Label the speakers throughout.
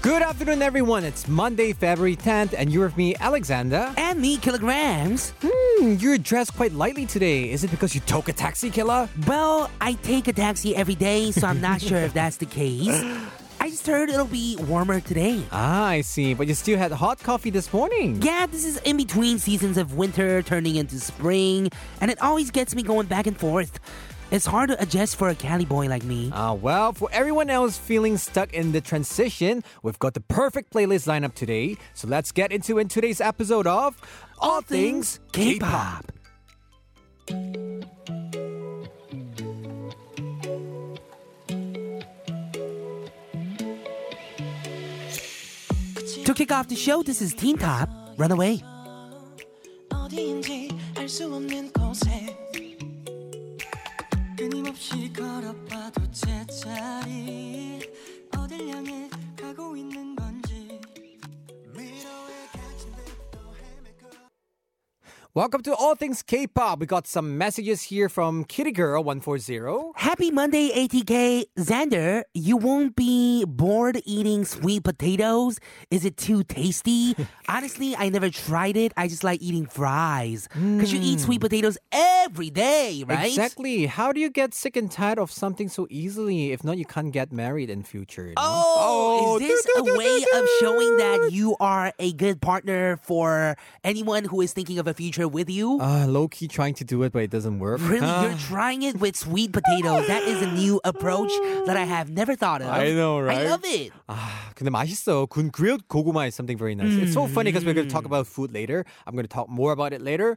Speaker 1: Good afternoon, everyone. It's Monday, February 10th, and you're with me, Alexander.
Speaker 2: And me, kilograms.
Speaker 1: Hmm, you're dressed quite lightly today. Is it because you took a taxi, killer?
Speaker 2: Well, I take a taxi every day, so I'm not sure if that's the case. I just heard it'll be warmer today.
Speaker 1: Ah, I see. But you still had hot coffee this morning.
Speaker 2: Yeah, this is in between seasons of winter turning into spring, and it always gets me going back and forth. It's hard to adjust for a Cali boy like me.
Speaker 1: Ah, well, for everyone else feeling stuck in the transition, we've got the perfect playlist lineup today. So let's get into in today's episode of All Things K-Pop.
Speaker 2: To kick off the show, this is Teen Top, Runaway.
Speaker 3: 어디인지 알 수 없는 곳에 끊임없이 걸어봐도 제자리 어딜 향해 가고 있는 건지 미로에 갇힌 듯또 헤매고
Speaker 1: Welcome to All Things K-Pop. We got some messages here from Kitty Girl 140.
Speaker 2: Happy Monday, ATK. Xander, you won't be bored eating sweet potatoes. Is it too tasty? Honestly, I never tried it. I just like eating fries. Because you eat sweet potatoes every day, right?
Speaker 1: Hmm. Exactly. How do you get sick and tired of something so easily? If not, you can't get married in future. you know?
Speaker 2: Oh,
Speaker 1: Oh,
Speaker 2: is this a way of showing that you are a good partner for anyone who is thinking of a future with you?
Speaker 1: Uh, low key trying to do it, but it doesn't work.
Speaker 2: Really,
Speaker 1: Ah,
Speaker 2: you're trying it with sweet potato. That is a new approach that I have never thought of.
Speaker 1: I know,
Speaker 2: I
Speaker 1: right?
Speaker 2: love it.
Speaker 1: 아, Ah, 근데 맛있어. 군 grilled 고구마 is something very nice. It's so funny because we're going to talk about food later. I'm going to talk more about it later.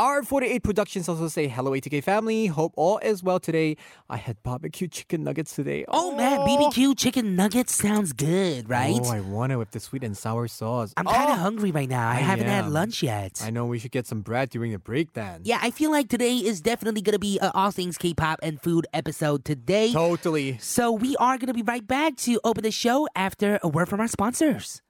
Speaker 1: R48 Productions also say hello ATK family. Hope all is well today. I had barbecue chicken nuggets today.
Speaker 2: Oh man, BBQ chicken nuggets sounds good, right?
Speaker 1: Oh, I want it with the sweet and sour sauce.
Speaker 2: I'm kind of hungry right now. I haven't had
Speaker 1: am.
Speaker 2: lunch yet.
Speaker 1: I know we should get some bread during the break then.
Speaker 2: yeah, I feel like today is definitely going to be a all things K-pop and food episode today.
Speaker 1: Totally.
Speaker 2: So we are going to be right back to open the show after a word from our sponsors.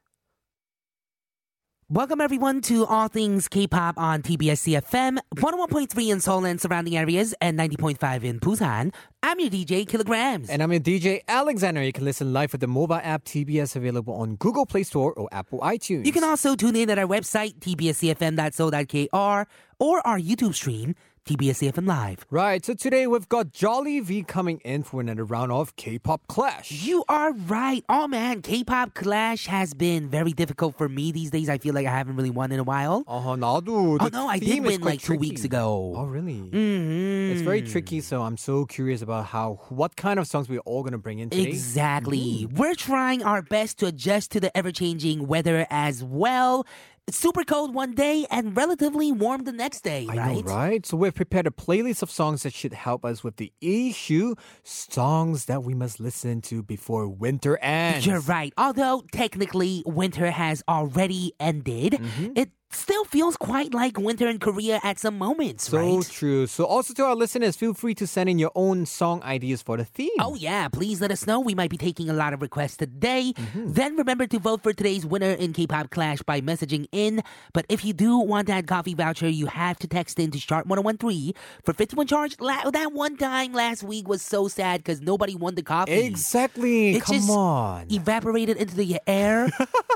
Speaker 2: Welcome everyone to All Things K-pop on TBS CFM, 101.3 in Seoul and surrounding areas, and 90.5 in Busan. I'm your DJ Kilograms.
Speaker 1: And I'm your DJ Alexander. You can listen live with the mobile app TBS available on Google Play Store or Apple iTunes.
Speaker 2: you can also tune in at our website tbscfm.so.kr or our YouTube stream tbscfm live.
Speaker 1: Right, so today we've got Jolly V coming in for another round of K-pop Clash.
Speaker 2: You are right. Oh man, K-pop clash has been very difficult for me these days. I feel like I haven't really won in a while.
Speaker 1: Uh-huh, 나도.
Speaker 2: Oh
Speaker 1: The
Speaker 2: no, I did
Speaker 1: theme is
Speaker 2: win
Speaker 1: quite
Speaker 2: like two weeks
Speaker 1: tricky.
Speaker 2: ago. Mm-hmm.
Speaker 1: Oh
Speaker 2: Mm.
Speaker 1: really? It's very tricky, so I'm so curious about how what kind of songs we're all gonna bring in today.
Speaker 2: Exactly.
Speaker 1: Mm-hmm.
Speaker 2: We're trying our best to adjust to the ever changing weather as well. It's super cold one day and relatively warm the next day,
Speaker 1: I
Speaker 2: right?
Speaker 1: know, right? So we've prepared a playlist of songs that should help us with the issue, songs that we must listen to before winter ends.
Speaker 2: You're right. Although technically winter has already ended,
Speaker 1: Mm-hmm.
Speaker 2: it still feels quite like winter in Korea at some moments,
Speaker 1: So
Speaker 2: right?
Speaker 1: true. So also to our listeners, feel free to send in your own song ideas for the theme.
Speaker 2: Oh, yeah. Please let us know. We might be taking a lot of requests today.
Speaker 1: Mm-hmm.
Speaker 2: Then remember to vote for today's winner in K Pop Clash by messaging in. But if you do want that coffee voucher, you have to text in to Sharp 1013 for 51 charge. La- that one time last week was so sad because nobody won the coffee.
Speaker 1: Exactly.
Speaker 2: It
Speaker 1: Come
Speaker 2: just
Speaker 1: on.
Speaker 2: evaporated into the air.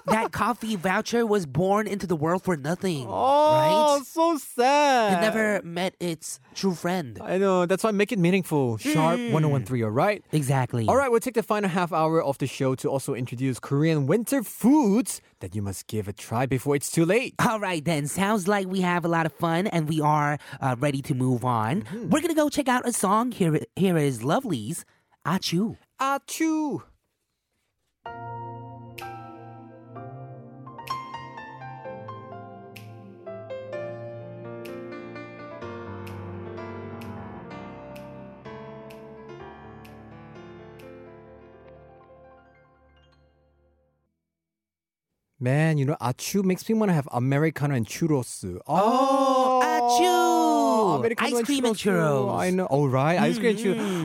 Speaker 2: that coffee voucher was born into the world for nothing.
Speaker 1: Oh,
Speaker 2: right?
Speaker 1: so sad.
Speaker 2: It never met its true friend.
Speaker 1: I know. That's why make it meaningful.
Speaker 2: Hmm.
Speaker 1: Sharp 1013, all right?
Speaker 2: Exactly.
Speaker 1: All right, we'll take the final half hour of the show to also introduce Korean winter foods that you must give a try before it's too late.
Speaker 2: All right, then. Sounds like we have a lot of fun and we are uh, ready to move on.
Speaker 1: Mm-hmm.
Speaker 2: We're going to go check out a song. Here, here is Lovely's Achu.
Speaker 1: Achoo.
Speaker 2: 아,
Speaker 1: Man, you know, achu makes me want to have Americano and churros. 아,
Speaker 2: Achu! churro.
Speaker 1: 아메리카노
Speaker 2: ice cream and churros. 음.
Speaker 1: I know. Oh, right. Ice cream and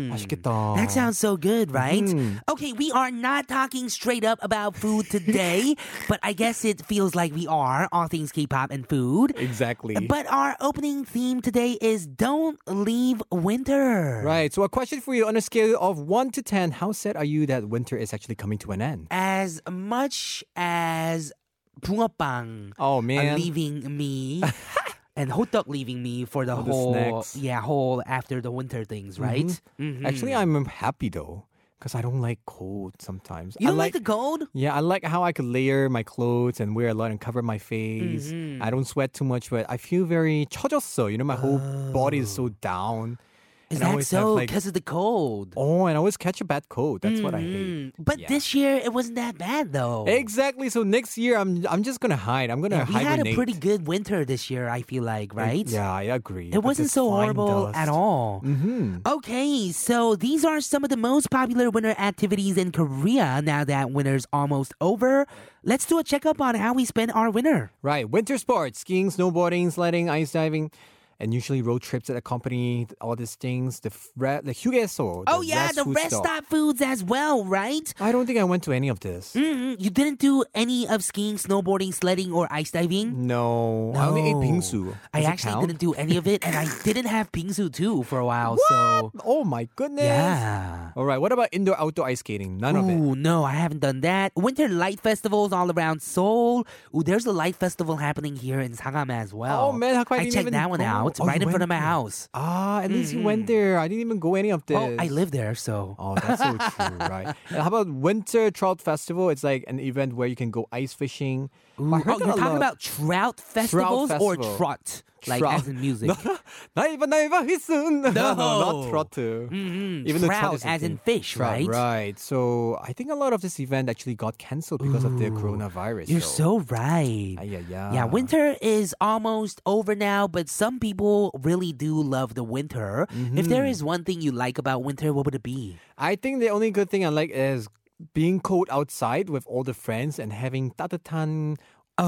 Speaker 1: churros. 맛있겠다.
Speaker 2: That sounds so good, right?
Speaker 1: Mm-hmm.
Speaker 2: Okay, we are not talking straight up about food today, but I guess it feels like we are, all things K pop and food.
Speaker 1: Exactly.
Speaker 2: But our opening theme today is Don't Leave Winter.
Speaker 1: Right. So, a question for you on a scale of 1 to 10, how sad are you that winter is actually coming to an end?
Speaker 2: As much as 붕어빵
Speaker 1: Oh,
Speaker 2: are
Speaker 1: man.
Speaker 2: leaving me and hot dog leaving me for the
Speaker 1: the
Speaker 2: whole
Speaker 1: snacks. Mm-hmm.
Speaker 2: yeah whole after the winter things right Mhm.
Speaker 1: Actually, I'm happy though, because I don't like cold sometimes.
Speaker 2: you
Speaker 1: I
Speaker 2: don't like, the cold
Speaker 1: Yeah, I like how I could layer my clothes and wear a lot and cover my face.
Speaker 2: Mm-hmm.
Speaker 1: I don't sweat too much, but I feel very 처졌어. You know, my whole body is
Speaker 2: Oh.
Speaker 1: so down. and
Speaker 2: is
Speaker 1: I
Speaker 2: that
Speaker 1: always have,
Speaker 2: so
Speaker 1: like-
Speaker 2: because of the cold
Speaker 1: Oh, and I always catch a bad cold. That's what I hate.
Speaker 2: Mm, but
Speaker 1: Yeah.
Speaker 2: this year it wasn't that bad though
Speaker 1: Exactly. So next year, I'm I'm just gonna hide. I'm gonna
Speaker 2: Mm-hmm. we
Speaker 1: hibernate.
Speaker 2: had a pretty good winter this year I feel like right
Speaker 1: Yeah, I agree.
Speaker 2: It wasn't so horrible at all.
Speaker 1: Mm-hmm.
Speaker 2: Okay, so these are some of the most popular winter activities in Korea now that winter's almost over. Let's do a checkup on how we spend our winter.
Speaker 1: Right. Winter sports: skiing, snowboarding, sledding, ice diving. And usually road trips that accompany all these things, the f- re- the 휴게소.
Speaker 2: Oh, yeah, the
Speaker 1: food
Speaker 2: rest
Speaker 1: stop.
Speaker 2: stop foods as well, right?
Speaker 1: I don't think I went to any of this.
Speaker 2: Mm, you didn't do any of skiing, snowboarding, sledding, or ice diving?
Speaker 1: No, I only ate
Speaker 2: No.
Speaker 1: bingsu. Does it
Speaker 2: I actually
Speaker 1: count?
Speaker 2: didn't do any of it, and I didn't have bingsu too for a while, so.
Speaker 1: Oh my goodness.
Speaker 2: Yeah.
Speaker 1: All right. What about indoor outdoor ice skating? None of it.
Speaker 2: Ooh, no, I haven't done that. Winter light festivals all around Seoul. Ooh, there's a light festival happening here in Sangam as well.
Speaker 1: Oh, man, how come I
Speaker 2: I
Speaker 1: didn't
Speaker 2: checked
Speaker 1: even
Speaker 2: that one
Speaker 1: go?
Speaker 2: out
Speaker 1: Oh,
Speaker 2: right
Speaker 1: you
Speaker 2: in front
Speaker 1: went
Speaker 2: of my
Speaker 1: there.
Speaker 2: house.
Speaker 1: Ah, at least you went there. I didn't even go any of this.
Speaker 2: Oh, I live there, so.
Speaker 1: Oh, that's so true, right? And how about Winter Trout Festival? It's like an event where you can go ice fishing.
Speaker 2: Ooh,
Speaker 1: I heard
Speaker 2: oh,
Speaker 1: that
Speaker 2: you're
Speaker 1: a
Speaker 2: talking
Speaker 1: lot.
Speaker 2: about trout festivals
Speaker 1: festival.
Speaker 2: or trot, like
Speaker 1: Trout.
Speaker 2: as in music.
Speaker 1: Naiva Naiva Hisun.
Speaker 2: No.
Speaker 1: not Trotu.
Speaker 2: Mm-hmm.
Speaker 1: Even though trout
Speaker 2: trout
Speaker 1: is a
Speaker 2: as in
Speaker 1: thing.
Speaker 2: fish,
Speaker 1: Trout,
Speaker 2: right?
Speaker 1: Right. So I think a lot of this event actually got cancelled because of the coronavirus.
Speaker 2: You're
Speaker 1: so.
Speaker 2: so right.
Speaker 1: yeah, yeah.
Speaker 2: Yeah, winter is almost over now, but some people really do love the winter. If
Speaker 1: Mm.
Speaker 2: there is one thing you like about winter, what would it be?
Speaker 1: Mm-hmm. I think the only good thing I like is being cold outside with all the friends and having 따뜻한
Speaker 2: Oh,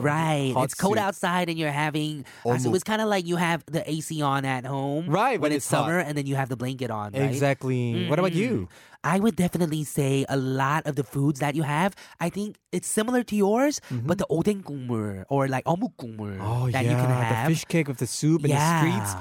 Speaker 1: 국물,
Speaker 2: right.
Speaker 1: hot
Speaker 2: It's cold
Speaker 1: soup.
Speaker 2: outside and you're having. uh, so
Speaker 1: Omu.
Speaker 2: it's kind of like you have the AC on at home.
Speaker 1: Right,
Speaker 2: Mm-hmm. When
Speaker 1: when
Speaker 2: it's
Speaker 1: it's hot.
Speaker 2: summer and then you have the blanket on. Right? Mm-hmm.
Speaker 1: Exactly. What about you?
Speaker 2: I would definitely say a lot of the foods that you have, I think it's similar to yours, but the oden gungmur or like omuk gungmur
Speaker 1: Mm-hmm. Oh
Speaker 2: that
Speaker 1: yeah,
Speaker 2: you can have.
Speaker 1: the fish cake with the soup in the
Speaker 2: Yeah.
Speaker 1: streets.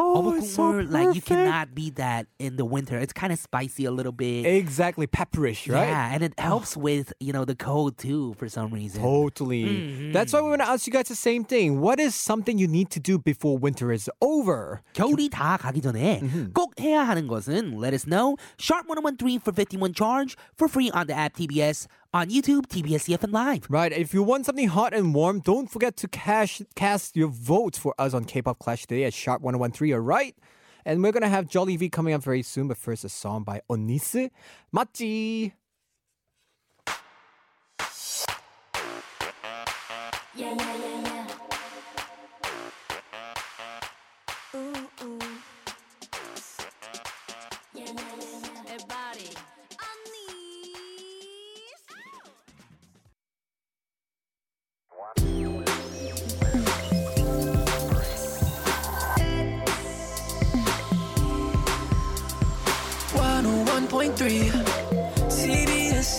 Speaker 1: Oh,
Speaker 2: Omuk
Speaker 1: it's so
Speaker 2: gungmur, like you
Speaker 1: perfect.
Speaker 2: cannot beat that in the winter. It's kind of spicy a little bit.
Speaker 1: Exactly, pepperish, right? Oh.
Speaker 2: Yeah, and it helps with, you know, the cold too for some reason.
Speaker 1: Totally. That's why we want to ask you guys the same thing. What is something you need to do before winter is over?
Speaker 2: 겨울이 다 가기 전에 꼭 해야 하는 것은 let us know. Sharp 1013 for 51 charge for free on the app TBS on YouTube TBS EFN E Live.
Speaker 1: Right, if you want something hot and warm, don't forget to cash, cast your vote for us on K-Pop Clash today at Sharp 1013, alright? And we're gonna have Jolly V coming up very soon, but first a song by Onise Machi.
Speaker 3: Yeah, yeah, yeah, yeah. Ooh, ooh. Yeah, yeah, yeah, yeah. Everybody. CBS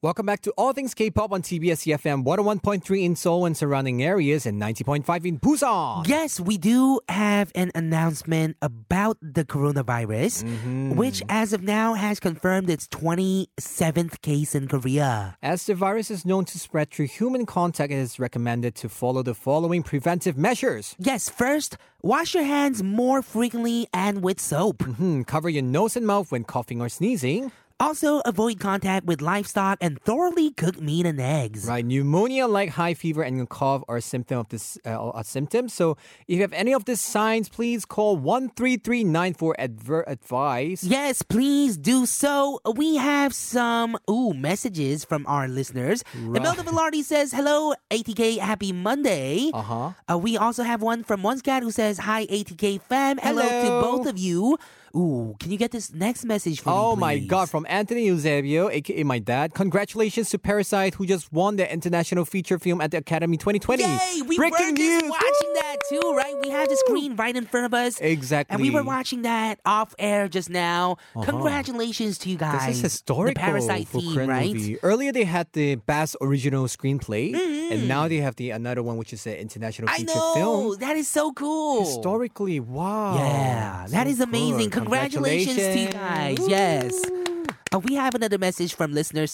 Speaker 1: Welcome back to All Things K-Pop on TBS EFM 101.3 in Seoul and surrounding areas and 90.5 in Busan.
Speaker 2: Yes, we do have an announcement about the coronavirus, which as of now has confirmed its 27th case in Korea.
Speaker 1: As the virus is known to spread through human contact, it is recommended to follow the following preventive measures.
Speaker 2: Yes, first, wash your hands more frequently and with soap.
Speaker 1: Mm-hmm. Hmm, cover your nose and mouth when coughing or sneezing.
Speaker 2: Also, avoid contact with livestock and thoroughly cook meat and eggs.
Speaker 1: Right, pneumonia like high fever and cough are symptom of this uh, a symptom. So if you have any of these signs, please call one three three nine four adver- advice.
Speaker 2: Yes, please do so. We have some ooh messages from our listeners. Imelda Villardi says, "Hello, ATK. Happy Monday."
Speaker 1: Uh-huh.
Speaker 2: Uh, we also have one from One Cat who says, "Hi, ATK fam. Hello, to
Speaker 1: Hello.
Speaker 2: both of you." Ooh, can you get this next message for
Speaker 1: Oh
Speaker 2: me?
Speaker 1: my
Speaker 2: please?
Speaker 1: God! From Anthony Eusebio, aka my dad. Congratulations to Parasite, who just won the international feature film at the Academy 2020.
Speaker 2: Yay! We were
Speaker 1: Breaking
Speaker 2: just
Speaker 1: news!
Speaker 2: watching that too, right? We have the screen right in front of us.
Speaker 1: Exactly.
Speaker 2: And we were watching that off air just now. Congratulations to you guys.
Speaker 1: Uh-huh. This is historical
Speaker 2: The Parasite
Speaker 1: for
Speaker 2: team,
Speaker 1: Korean
Speaker 2: right?
Speaker 1: movie. Earlier they had the best original screenplay, and now they have the another one which is an international
Speaker 2: Mm-hmm. I
Speaker 1: feature
Speaker 2: know.
Speaker 1: film.
Speaker 2: That is so cool.
Speaker 1: Historically, wow!
Speaker 2: Yeah, that
Speaker 1: So
Speaker 2: is amazing.
Speaker 1: good.
Speaker 2: Congratulations, to you guys. Yes. Uh, we have another message from listener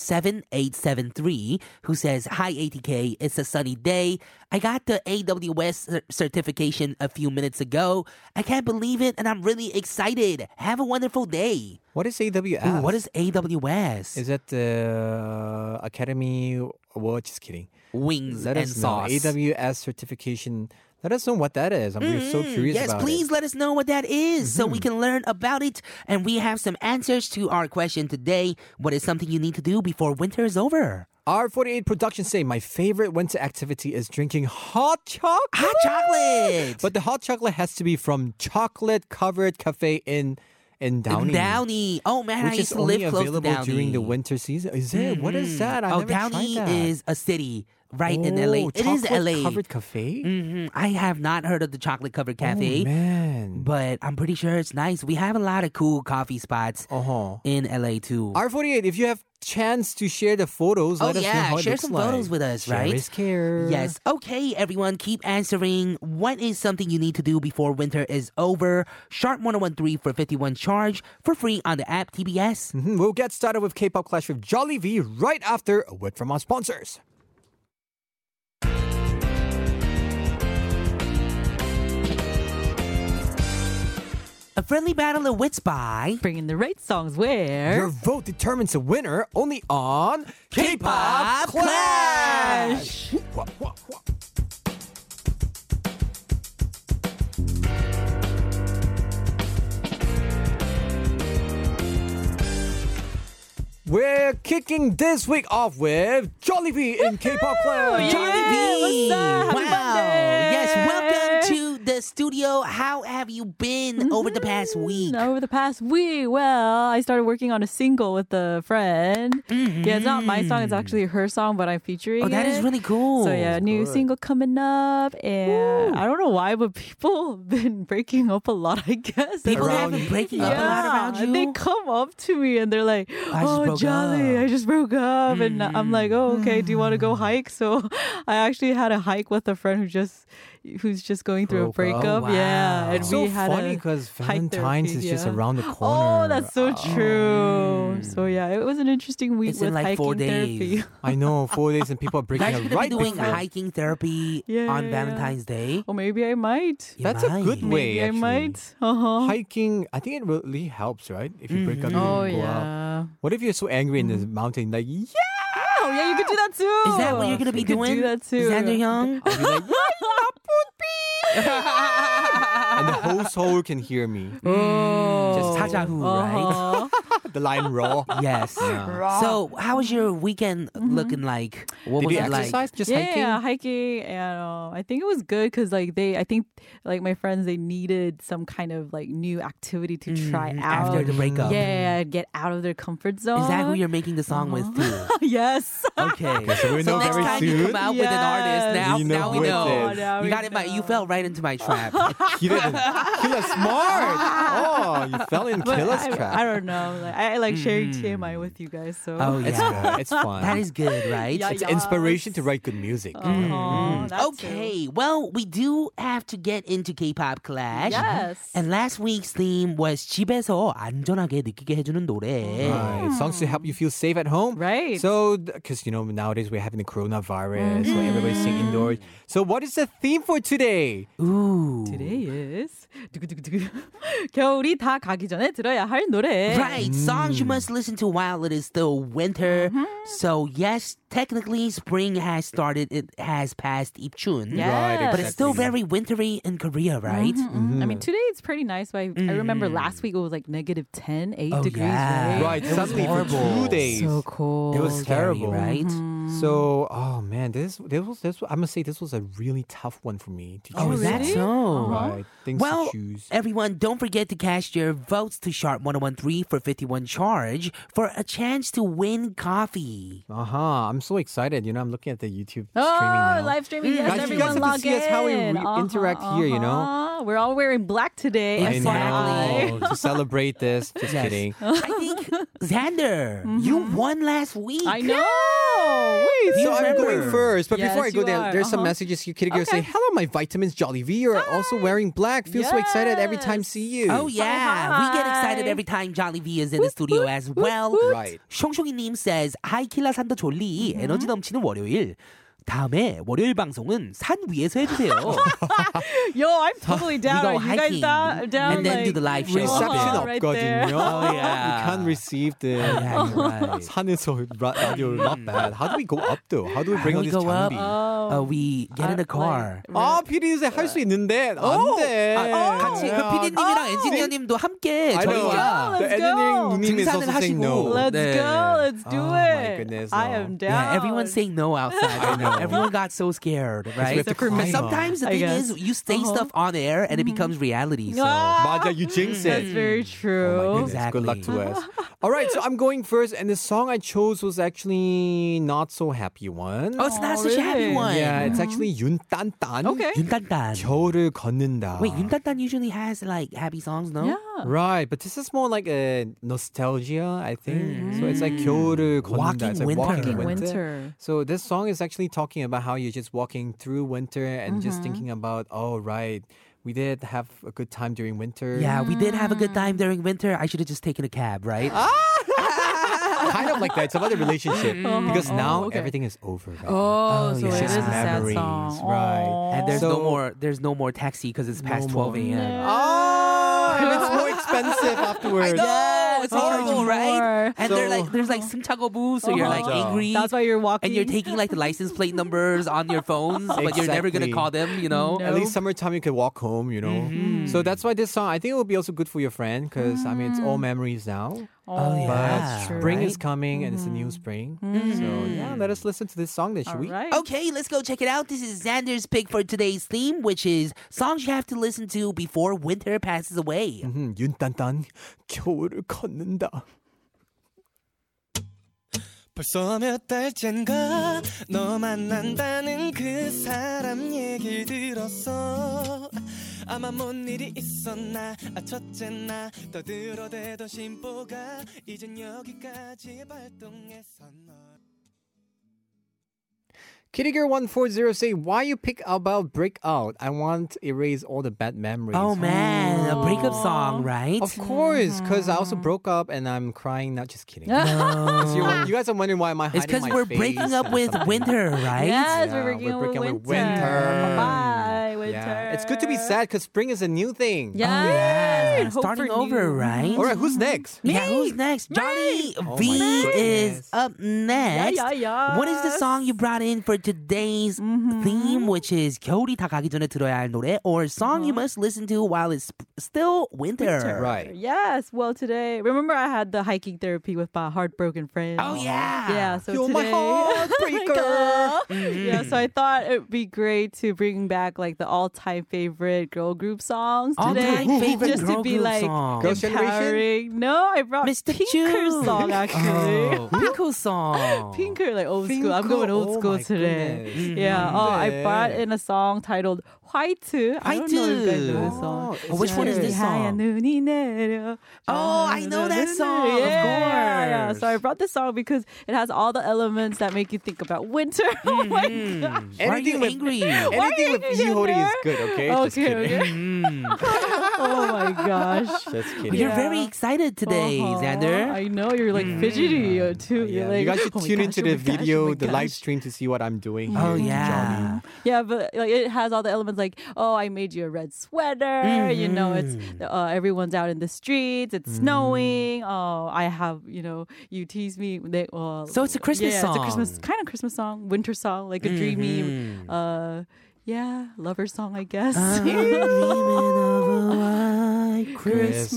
Speaker 2: 7873 who says, Hi ATK, it's a sunny day. I got the AWS cer- certification a few minutes ago. I can't believe it and I'm really excited. Have a wonderful day.
Speaker 1: What is
Speaker 2: Ooh,
Speaker 1: AWS?
Speaker 2: what is AWS?
Speaker 1: Is that the uh, Academy? Well, just kidding.
Speaker 2: Wings
Speaker 1: Let
Speaker 2: and
Speaker 1: us know
Speaker 2: sauce.
Speaker 1: AWS certification. Let us know what that is. I'm really so curious
Speaker 2: Mm-hmm. Yes,
Speaker 1: about
Speaker 2: please
Speaker 1: it. Mm-hmm.
Speaker 2: let us know what that is so we can learn about it. And we have some answers to our question today. What is something you need to do before winter is over?
Speaker 1: R48 Productions say my favorite winter activity is drinking hot chocolate.
Speaker 2: Hot chocolate!
Speaker 1: But the hot chocolate has to be from chocolate covered cafe in in Downey.
Speaker 2: Downey. Oh man, I
Speaker 1: Which
Speaker 2: used
Speaker 1: is
Speaker 2: to
Speaker 1: only
Speaker 2: live close to
Speaker 1: available
Speaker 2: Downey.
Speaker 1: during the winter season. Is it? What is that? I
Speaker 2: oh,
Speaker 1: never
Speaker 2: Downey
Speaker 1: tried that.
Speaker 2: is a city right in LA.
Speaker 1: Oh,
Speaker 2: It is LA.
Speaker 1: Chocolate-covered cafe?
Speaker 2: Mhm. I have not heard of the chocolate covered cafe,
Speaker 1: Oh, man.
Speaker 2: but I'm pretty sure it's nice. We have a lot of cool coffee spots
Speaker 1: Uh-huh.
Speaker 2: in LA too.
Speaker 1: R48, if you have chance to share the photos,
Speaker 2: Oh,
Speaker 1: let us know
Speaker 2: yeah,
Speaker 1: how it
Speaker 2: share
Speaker 1: looks
Speaker 2: some
Speaker 1: like.
Speaker 2: photos with us,
Speaker 1: Share
Speaker 2: right?
Speaker 1: is care.
Speaker 2: Yes. Okay, everyone, keep answering. What is something you need to do before winter is over? Sharp 1013 for 51 charge for free on the app TBS.
Speaker 1: Mhm, We'll get started with K-pop Clash with Jolly V right after a word from our sponsors.
Speaker 2: A friendly battle of wits by.
Speaker 4: Bringing the right songs where?
Speaker 1: Your vote determines the winner only on
Speaker 2: K-pop Clash.
Speaker 1: Wah, wah, wah. We're kicking this week off with Jollibee in K-pop Clash.
Speaker 4: Yeah, what's up? Happy
Speaker 2: Wow.
Speaker 4: Monday.
Speaker 2: Yes, welcome to the studio. How have you been
Speaker 4: Mm-hmm.
Speaker 2: over the past week?
Speaker 4: Over the past week, well, I started working on a single with a friend. Yeah, it's not my song; it's actually her song, but I'm featuring.
Speaker 2: Mm-hmm. Oh, that is
Speaker 4: it.
Speaker 2: really cool.
Speaker 4: So yeah, new single coming up, and I don't know why, but people have been breaking up a lot. I guess
Speaker 2: People
Speaker 4: And
Speaker 2: have
Speaker 1: Around
Speaker 2: been
Speaker 1: you.
Speaker 2: breaking
Speaker 4: yeah,
Speaker 2: up a lot around you.
Speaker 4: They come up to me and they're like,
Speaker 2: I just
Speaker 4: "Oh,
Speaker 2: broke
Speaker 4: Jolly,
Speaker 2: up." Mm.
Speaker 4: I just broke up," and I'm like, "Oh, okay. Do you want to go hike?" So I actually had a hike with a friend who just who's just going through
Speaker 1: Broke
Speaker 4: a
Speaker 1: up.
Speaker 4: breakup.
Speaker 2: Oh, wow.
Speaker 4: Yeah, and
Speaker 1: It's so
Speaker 4: we had
Speaker 1: funny
Speaker 4: a
Speaker 1: because
Speaker 4: hike
Speaker 1: Valentine's is
Speaker 4: therapy,
Speaker 1: just
Speaker 4: yeah.
Speaker 1: around the corner.
Speaker 4: Oh, that's so true. So yeah, it was an interesting week
Speaker 2: It's in
Speaker 4: with
Speaker 2: like
Speaker 4: hiking
Speaker 2: four days.
Speaker 4: therapy.
Speaker 1: I know, four days and people are breaking
Speaker 2: Guys, you're
Speaker 1: up
Speaker 2: gonna
Speaker 1: right
Speaker 2: be doing
Speaker 1: before.
Speaker 2: hiking therapy
Speaker 4: Yeah,
Speaker 2: on
Speaker 4: yeah, yeah.
Speaker 2: Valentine's Day.
Speaker 4: Or Oh, maybe I might.
Speaker 2: You
Speaker 1: That's a good
Speaker 2: might.
Speaker 1: way.
Speaker 4: Maybe I
Speaker 1: actually.
Speaker 4: might. Uh huh.
Speaker 1: Hiking, I think it really helps, right? If you break up, you
Speaker 4: Oh
Speaker 1: go out.
Speaker 4: yeah.
Speaker 1: What if you're so angry in the mountain, like yeah,
Speaker 4: Oh yeah, you could do that too.
Speaker 2: Is that what you're gonna be
Speaker 4: Oh, You could
Speaker 2: doing?
Speaker 4: Do that too.
Speaker 2: Xander Young?
Speaker 1: I'll be Oh, like, and the whole soul can hear me.
Speaker 4: Oh.
Speaker 2: Just Sajahu, right?
Speaker 4: Uh-huh.
Speaker 1: The lion roar.
Speaker 2: Yes. So, how was your weekend
Speaker 4: Mm-hmm.
Speaker 2: looking like? What
Speaker 1: Did
Speaker 2: was
Speaker 1: you
Speaker 2: it
Speaker 1: exercise?
Speaker 2: like?
Speaker 1: Just
Speaker 4: yeah,
Speaker 1: hiking.
Speaker 4: yeah, hiking, and uh, I think it was good because like they, I think like my friends, they needed some kind of like new activity to try
Speaker 2: Mhm,
Speaker 4: out.
Speaker 2: after the breakup.
Speaker 4: yeah, get out of their comfort zone.
Speaker 2: Is that who you're making the song with too?
Speaker 4: Uh-huh. yes.
Speaker 2: Okay.
Speaker 1: so we know
Speaker 2: next
Speaker 1: very
Speaker 2: time you
Speaker 1: soon.
Speaker 2: come out with an artist,
Speaker 4: Yes.
Speaker 2: now
Speaker 1: We
Speaker 2: now we
Speaker 1: know
Speaker 2: know.
Speaker 1: who it is.
Speaker 4: Now
Speaker 2: you
Speaker 4: we
Speaker 2: got it. by- You
Speaker 4: know.
Speaker 2: fell right into my trap.
Speaker 1: He didn't. Killa's smart. Oh, you fell in
Speaker 4: But
Speaker 1: Killa's
Speaker 4: I,
Speaker 1: trap.
Speaker 4: I don't know. Like, I I like sharing TMI with you guys. So
Speaker 2: Mm. oh
Speaker 1: it's
Speaker 2: yeah,
Speaker 1: good. It's fun.
Speaker 2: that is Oh, good, right? mm.
Speaker 4: Yeah,
Speaker 1: it's
Speaker 4: yeah.
Speaker 1: inspiration to write good music. Mm-hmm.
Speaker 4: Uh-huh, that
Speaker 2: Mm-hmm.
Speaker 4: too.
Speaker 2: Okay, well, we do have to get into K-pop Clash.
Speaker 4: Yes.
Speaker 2: And last week's theme was 집에서 안전하게 느끼게 해주는 노래.
Speaker 1: Right. Songs to help you feel safe at home.
Speaker 4: Right.
Speaker 1: So, because you know, nowadays we're having the coronavirus, so
Speaker 2: Mm-hmm.
Speaker 1: everybody's staying indoors. So, what is the theme for today?
Speaker 2: Ooh.
Speaker 4: Today is 겨울이 다 가기 전에 들어야 할 노래.
Speaker 2: Right, songs you must listen to while it is still winter. So yes, technically spring has started. It has passed Ipchun,
Speaker 4: Yeah. Right,
Speaker 2: but it's still
Speaker 1: exactly. Mm-hmm.
Speaker 2: very wintry in Korea, right?
Speaker 4: I mean, today it's pretty nice. But I, I remember last week it was like negative 10, 8
Speaker 2: Oh,
Speaker 4: degrees.
Speaker 2: yeah.
Speaker 4: Right?
Speaker 1: Right,
Speaker 2: It was
Speaker 1: suddenly for
Speaker 2: horrible.
Speaker 1: two days.
Speaker 4: So cold.
Speaker 1: It was terrible,
Speaker 2: right?
Speaker 1: So, oh man, this this was this. I'm gonna say this was a really tough one for me to choose.
Speaker 2: Oh, is that
Speaker 4: really?
Speaker 2: so?
Speaker 1: Right, things to
Speaker 2: Well,
Speaker 1: choose.
Speaker 2: everyone, don't forget to cast your votes to Sharp 1013 for 51 charge for a chance to win coffee.
Speaker 1: Uh huh. I'm so excited. You know, I'm looking at the YouTube streaming now.
Speaker 4: Oh,
Speaker 1: Mm.
Speaker 4: live streaming. Yes,
Speaker 1: Guys, you
Speaker 4: everyone
Speaker 1: guys have to
Speaker 4: log
Speaker 1: see us how we
Speaker 4: in.
Speaker 1: re- interact here, you know?
Speaker 4: uh-huh. We're all wearing black today.
Speaker 1: I
Speaker 2: Exactly.
Speaker 1: know. to celebrate this. Just
Speaker 2: Yes. Oh,
Speaker 1: kidding.
Speaker 2: I think, Xander, you won last week.
Speaker 4: I know. Wait,
Speaker 1: So I'm
Speaker 2: remember.
Speaker 1: going first, but
Speaker 4: Yes,
Speaker 1: before I go
Speaker 4: you
Speaker 1: there,
Speaker 4: are.
Speaker 1: there's some
Speaker 4: Uh-huh.
Speaker 1: messages you could go say,
Speaker 4: Okay.
Speaker 1: "Hello, my vitamins Jolly V. You're also wearing black. Feel so excited every time
Speaker 4: Yes.
Speaker 1: see you."
Speaker 2: Ah, Oh yeah, we get excited
Speaker 4: hi.
Speaker 2: every time Jolly V is in the studio as well.
Speaker 1: Right.
Speaker 2: 숑숑이님 says Hi 킬라 산다 졸리
Speaker 4: Mm-hmm.
Speaker 2: 에너지 넘치는 월요일. 다음에 월요일 방송은 산 위에서 해주세요.
Speaker 4: Yo, I'm totally down.
Speaker 2: go
Speaker 4: Are you guys
Speaker 2: hiking
Speaker 4: da- down?
Speaker 2: and then do
Speaker 4: like-
Speaker 2: the live show.
Speaker 1: Reception
Speaker 4: Uh-huh, right there.
Speaker 1: 없거든요.
Speaker 2: Oh, yeah.
Speaker 1: You can't receive the
Speaker 2: Yeah, you're right.
Speaker 1: 산에서 라- 라디오를 not bad. How do we go up though? How do we bring on
Speaker 2: How we
Speaker 1: this
Speaker 2: go up?
Speaker 1: 장비?
Speaker 4: Oh.
Speaker 2: Uh, we get in a car.
Speaker 1: 아, PD 이제 할수 있는데 안 돼. 아.
Speaker 2: 아,
Speaker 4: Oh.
Speaker 2: 같이 그 PD님이랑 엔지니어님도 함께
Speaker 1: I know.
Speaker 2: 저희와
Speaker 4: Let's go.
Speaker 1: The engineering team is also
Speaker 2: 등산을
Speaker 1: saying 그
Speaker 2: 하시고.
Speaker 1: no.
Speaker 4: Let's
Speaker 2: 네.
Speaker 4: go. Let's do
Speaker 1: Oh,
Speaker 4: it.
Speaker 1: my goodness,
Speaker 4: I
Speaker 1: no.
Speaker 4: am down.
Speaker 2: Yeah, everyone's saying no outside. I know. Everyone got so scared, right?
Speaker 1: have to
Speaker 2: But
Speaker 1: climb
Speaker 2: sometimes the
Speaker 4: up. I
Speaker 2: thing
Speaker 4: guess. Uh-huh. Mm-hmm.
Speaker 2: is, you say stuff on air and it becomes reality. So Mm.
Speaker 4: Ah,
Speaker 1: 맞아, you jinxed it.
Speaker 4: that's very
Speaker 1: Oh
Speaker 4: true.
Speaker 1: my goodness.
Speaker 2: Exactly.
Speaker 1: Good luck to us. All right, so I'm going first, and the song I chose was actually not so happy one.
Speaker 2: oh, it's not
Speaker 4: Oh,
Speaker 2: such a happy
Speaker 4: really?
Speaker 2: one.
Speaker 1: yeah, it's actually Yun Tan Tan.
Speaker 4: Okay.
Speaker 2: 윤단단.
Speaker 1: 겨울을 걷는다.
Speaker 2: Wait, 윤단단 usually has like happy songs, no?
Speaker 4: Yeah.
Speaker 1: Right, but this is more like a nostalgia, I think. So it's like 겨울을 걷는다.
Speaker 2: Walking
Speaker 1: it's like
Speaker 2: winter.
Speaker 1: walking
Speaker 4: Walking
Speaker 1: winter.
Speaker 4: winter.
Speaker 1: So this song is actually talking about how you're just walking through winter and just thinking about, oh right, we did have a good time during winter.
Speaker 2: Yeah, we did have a good
Speaker 4: Mm.
Speaker 2: time during winter. I should have just taken a cab, right?
Speaker 4: Oh.
Speaker 1: kind of like that. It's about the relationship because now
Speaker 4: okay.
Speaker 1: everything is over. Right?
Speaker 4: Oh, so
Speaker 2: yeah.
Speaker 4: it is a sad
Speaker 1: Memories,
Speaker 4: song.
Speaker 1: right.
Speaker 4: Aw.
Speaker 2: and there's no
Speaker 1: So-
Speaker 2: more. There's no more taxi because it's past 12 a.m.
Speaker 1: Oh, and it's more expensive afterwards.
Speaker 2: No, it's horrible, right?
Speaker 4: Oh. more. Uh-huh.
Speaker 2: And they're
Speaker 1: So-
Speaker 2: like, there's like 승차거부, so you're like
Speaker 1: 맞아.
Speaker 2: angry.
Speaker 4: That's why you're walking.
Speaker 2: and you're taking like the license plate numbers on your phones, but you're never gonna
Speaker 1: Exactly.
Speaker 2: call them, you know?
Speaker 1: At least summertime you can walk home, you know. So that's why this song I think it will be also good for your friend because I mean it's all memories now.
Speaker 4: Oh,
Speaker 2: yeah.
Speaker 1: But
Speaker 2: That's true,
Speaker 1: spring is
Speaker 2: right? Mm-hmm.
Speaker 1: coming and it's a new spring. So yeah, let us listen to this song then, should
Speaker 4: All
Speaker 1: we?
Speaker 4: right.
Speaker 2: Okay, let's go check it out. This is Xander's pick for today's theme, which is songs you have to listen to before winter passes away.
Speaker 1: 음, 윤딴딴 겨울을 걷는다.
Speaker 5: 벌써 몇 달째인가 너 만난다는 그 사람 얘길 들었어 아마 뭔 일이 있었나 아 첫째 나 떠들어대던 심보가 이젠 여기까지 발동해서 널
Speaker 1: Kittygear140 say, why you pick about Breakout? I want to erase all the bad memories.
Speaker 2: Oh man, Mm-hmm. a breakup song, right?
Speaker 1: Of course, because I also broke up and I'm crying. Not just
Speaker 4: Oh,
Speaker 1: kidding. So you, you guys are wondering why am I hiding
Speaker 2: Oh. It's because
Speaker 1: my
Speaker 2: we're
Speaker 1: face
Speaker 2: breaking up
Speaker 1: and
Speaker 2: with
Speaker 1: something.
Speaker 2: winter, right?
Speaker 4: Yes,
Speaker 1: Yeah,
Speaker 4: we're breaking
Speaker 1: we're
Speaker 4: up
Speaker 1: breaking up
Speaker 4: with
Speaker 1: with winter.
Speaker 4: Bye, winter.
Speaker 1: Yeah, it's good to be sad because spring is a new thing.
Speaker 4: Yes.
Speaker 2: Yeah,
Speaker 4: Hope
Speaker 2: starting
Speaker 4: for
Speaker 2: over,
Speaker 4: you.
Speaker 2: right?
Speaker 1: All right, who's next?
Speaker 2: Yeah, who's next? Johnny
Speaker 1: Oh
Speaker 2: V
Speaker 1: my
Speaker 2: is
Speaker 1: goodness.
Speaker 2: up next.
Speaker 4: yeah, yeah.
Speaker 2: What is the song you brought in for today's theme, which is 겨울이 다 가기 전에 들어야 할 노래, or song you must listen to while it's sp- still winter?
Speaker 1: Right.
Speaker 4: Yes. Well, today, remember I had the hiking therapy with my heartbroken friend.
Speaker 2: Oh yeah.
Speaker 4: Yeah. So
Speaker 1: You're my
Speaker 4: today,
Speaker 1: heartbreaker.
Speaker 2: Mm-hmm.
Speaker 4: yeah. So I thought it'd be great to bring back like the all-time favorite girl group songs today,
Speaker 2: All-time favorite
Speaker 4: just
Speaker 2: girl
Speaker 4: to be
Speaker 2: group
Speaker 4: like
Speaker 2: song.
Speaker 1: Girls' Generation?
Speaker 4: empowering. No, I brought
Speaker 2: Mr.
Speaker 4: Pinker's
Speaker 2: June.
Speaker 4: Uh, song actually.
Speaker 2: Oh, Pinko song.
Speaker 4: Pinker, like old school. I'm going old
Speaker 1: Oh
Speaker 4: school
Speaker 1: my
Speaker 4: today.
Speaker 1: goodness. Mm-hmm.
Speaker 4: Yeah. Oh, I brought
Speaker 1: Yeah.
Speaker 4: in a song titled "White." I don't know if you guys know this
Speaker 2: White.
Speaker 4: song.
Speaker 1: Oh,
Speaker 2: which one is this
Speaker 4: 하얀
Speaker 2: song?
Speaker 4: 눈이 내려.
Speaker 2: Oh, I know that song, of
Speaker 4: Yeah, yeah, yeah.
Speaker 2: course.
Speaker 4: So I brought this song because it has all the elements that make you think about winter. oh my god.
Speaker 2: Why are you
Speaker 1: Anything with-
Speaker 2: angry?
Speaker 1: Anything with
Speaker 4: Why are you
Speaker 1: Yihori is good, okay? Just
Speaker 4: Okay,
Speaker 1: kidding.
Speaker 4: okay. oh my gosh.
Speaker 1: Just kidding.
Speaker 2: You're
Speaker 4: Yeah.
Speaker 2: very excited today,
Speaker 4: Uh-huh.
Speaker 2: Xander.
Speaker 4: I know you're like fidgety uh, too.
Speaker 1: Mm. Yeah,
Speaker 4: You're like,
Speaker 1: you guys should
Speaker 4: "Oh my
Speaker 1: tune
Speaker 4: gosh,
Speaker 1: into
Speaker 4: oh
Speaker 1: the
Speaker 4: my gosh, oh
Speaker 1: video,
Speaker 4: my
Speaker 1: the live
Speaker 4: gosh."
Speaker 1: stream to see what I'm doing.
Speaker 2: Oh
Speaker 1: here, Johnny.
Speaker 2: yeah.
Speaker 4: Yeah, but like it has all the elements like, oh, I made you a red sweater. You know, it's
Speaker 2: Mm-hmm.
Speaker 4: uh, everyone's out in the streets. It's snowing. Oh, I have you know, you tease me. They, well,
Speaker 2: So it's a Christmas
Speaker 4: yeah, It's a Christmas
Speaker 2: song. Mm-hmm.
Speaker 4: kind of Christmas song, winter song, like a dreamy, uh, yeah, lover song, I guess.
Speaker 2: I'm dreaming of a white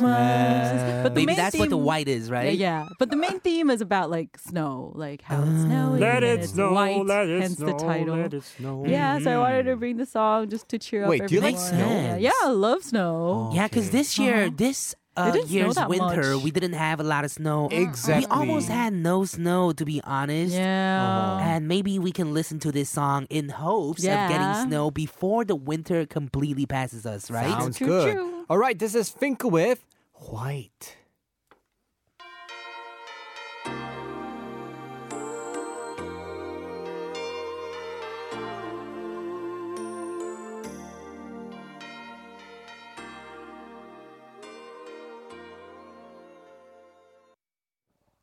Speaker 1: Christmas.
Speaker 4: But the
Speaker 2: Maybe
Speaker 4: main
Speaker 2: that's what the
Speaker 4: theme-
Speaker 2: white is,
Speaker 4: Yeah,
Speaker 2: right?
Speaker 4: yeah, but the main theme is about like snow, like how
Speaker 2: Uh-huh.
Speaker 4: it's snowing.
Speaker 6: Let
Speaker 4: and
Speaker 6: it
Speaker 4: it's
Speaker 6: snow,
Speaker 4: white,
Speaker 6: let it
Speaker 4: hence
Speaker 6: snow,
Speaker 4: the title.
Speaker 6: let it snow.
Speaker 4: Yeah, so I wanted
Speaker 2: Mm-hmm.
Speaker 4: to bring the song just to cheer
Speaker 1: Wait,
Speaker 4: up.
Speaker 1: do you like
Speaker 4: everyone.
Speaker 2: snow?
Speaker 4: Yeah, I love snow.
Speaker 2: Yeah, because this year, this uh,
Speaker 4: Uh-huh. didn't snow
Speaker 2: year's
Speaker 4: that
Speaker 2: winter,
Speaker 4: much.
Speaker 2: we didn't have a lot of snow.
Speaker 1: Exactly.
Speaker 2: We almost had no snow, to be honest.
Speaker 4: Yeah.
Speaker 2: And maybe we can listen to this song in hopes of
Speaker 4: Yeah.
Speaker 2: getting snow before the winter completely passes us, right?
Speaker 1: Sounds
Speaker 4: Choo
Speaker 1: good.
Speaker 4: choo.
Speaker 1: All right, this is Finka with White.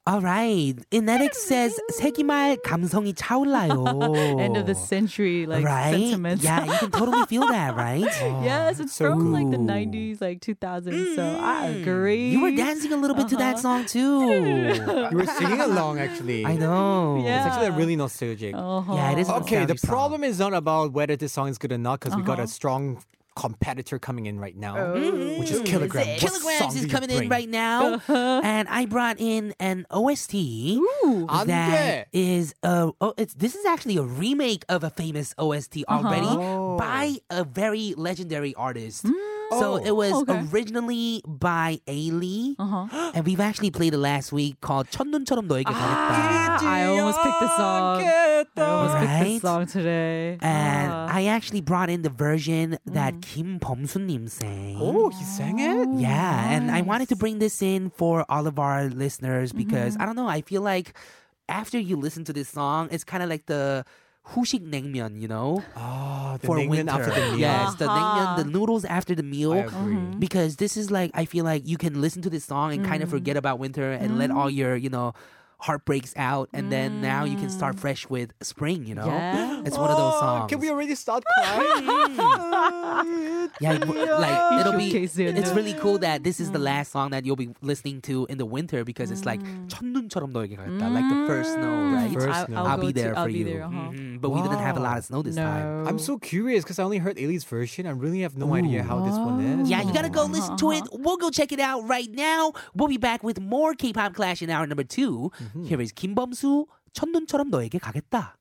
Speaker 2: Alright. Inetic says 세기말 감성이 차올라요.
Speaker 4: End of the century, like
Speaker 2: right?
Speaker 4: sentiments.
Speaker 2: Yeah, you can totally feel that, right?
Speaker 4: yes, it's
Speaker 1: so
Speaker 4: from like the
Speaker 1: cool.
Speaker 4: 90s, like 2000s. So I agree.
Speaker 2: Mm. You were dancing a little bit to
Speaker 4: Uh-huh.
Speaker 2: that song too.
Speaker 1: You were singing along, actually.
Speaker 2: I know.
Speaker 1: It's
Speaker 4: Yeah.
Speaker 1: actually really nostalgic.
Speaker 4: Uh-huh.
Speaker 2: Yeah, it is. a
Speaker 1: Okay, the
Speaker 2: nostalgic song. Uh-huh.
Speaker 1: problem is not about whether this song is good or not because we got a strong competitor coming in right now,
Speaker 2: Oh.
Speaker 4: Mm-hmm.
Speaker 1: which is Kilogram. What song
Speaker 2: Kilograms
Speaker 1: do
Speaker 2: is
Speaker 1: you
Speaker 2: coming
Speaker 1: bring?
Speaker 2: in right now,
Speaker 4: Uh-huh.
Speaker 2: and I brought in an OST
Speaker 1: 안 돼.
Speaker 2: that is a oh, it's this is actually a remake of a famous OST
Speaker 4: Uh-huh.
Speaker 2: already
Speaker 1: Oh.
Speaker 2: by a very legendary artist. So
Speaker 1: Oh.
Speaker 2: it was
Speaker 4: Mm. Okay.
Speaker 2: originally by Ailey, uh-huh. and we've actually played it last week called 첫눈처럼 너에게 가겠다.
Speaker 4: Ah, I almost picked the song. I almost picked
Speaker 2: Right?
Speaker 4: this song today.
Speaker 2: And
Speaker 4: Ah.
Speaker 2: I actually brought in the version that Kim Bomsunim sang.
Speaker 1: Oh, he sang it?
Speaker 2: Yeah, and I wanted to bring this in for all of our listeners because I don't know, I feel like after you listen to this song, it's kind of like the 후식 냉면, you know,
Speaker 1: Oh, the
Speaker 2: for
Speaker 1: Naengmyeon
Speaker 2: winter.
Speaker 1: after the meal.
Speaker 2: Yes, the 냉면,
Speaker 4: Aha.
Speaker 2: the noodles after the meal.
Speaker 1: I
Speaker 4: Mm-hmm.
Speaker 1: agree.
Speaker 2: Because this is like I feel like you can listen to this song and kind of forget about winter and let all
Speaker 4: Mm-hmm.
Speaker 2: your, you know, heartbreaks out and then now you can start fresh with spring, you know?
Speaker 4: Mm. Yeah.
Speaker 2: It's one of those
Speaker 1: Oh,
Speaker 2: songs.
Speaker 1: Can we already start crying?
Speaker 2: Yeah, it w- like it'll be.
Speaker 4: showcase it. Mm.
Speaker 2: It's really cool that this is the last song that you'll be listening to in the winter because it's like 첫눈처럼 너에게 가겠다, like the first snow, right?
Speaker 1: First
Speaker 4: I-
Speaker 1: snow.
Speaker 4: Mm. I'll,
Speaker 2: I'll,
Speaker 4: go
Speaker 2: be there
Speaker 4: to, I'll
Speaker 2: for
Speaker 4: be
Speaker 2: you.
Speaker 4: there, uh-huh.
Speaker 2: Mhm. But we didn't have a lot of snow this time.
Speaker 4: No.
Speaker 1: I'm so curious because I only heard Ailey's version. I really have no idea how this one is.
Speaker 2: Oh. Yeah, you gotta
Speaker 4: Uh-huh,
Speaker 2: go listen to it. We'll go check it out right now. We'll be back with more K-pop Clash in hour number 2 Here is 김범수 첫눈처럼 너에게 가겠다.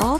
Speaker 7: All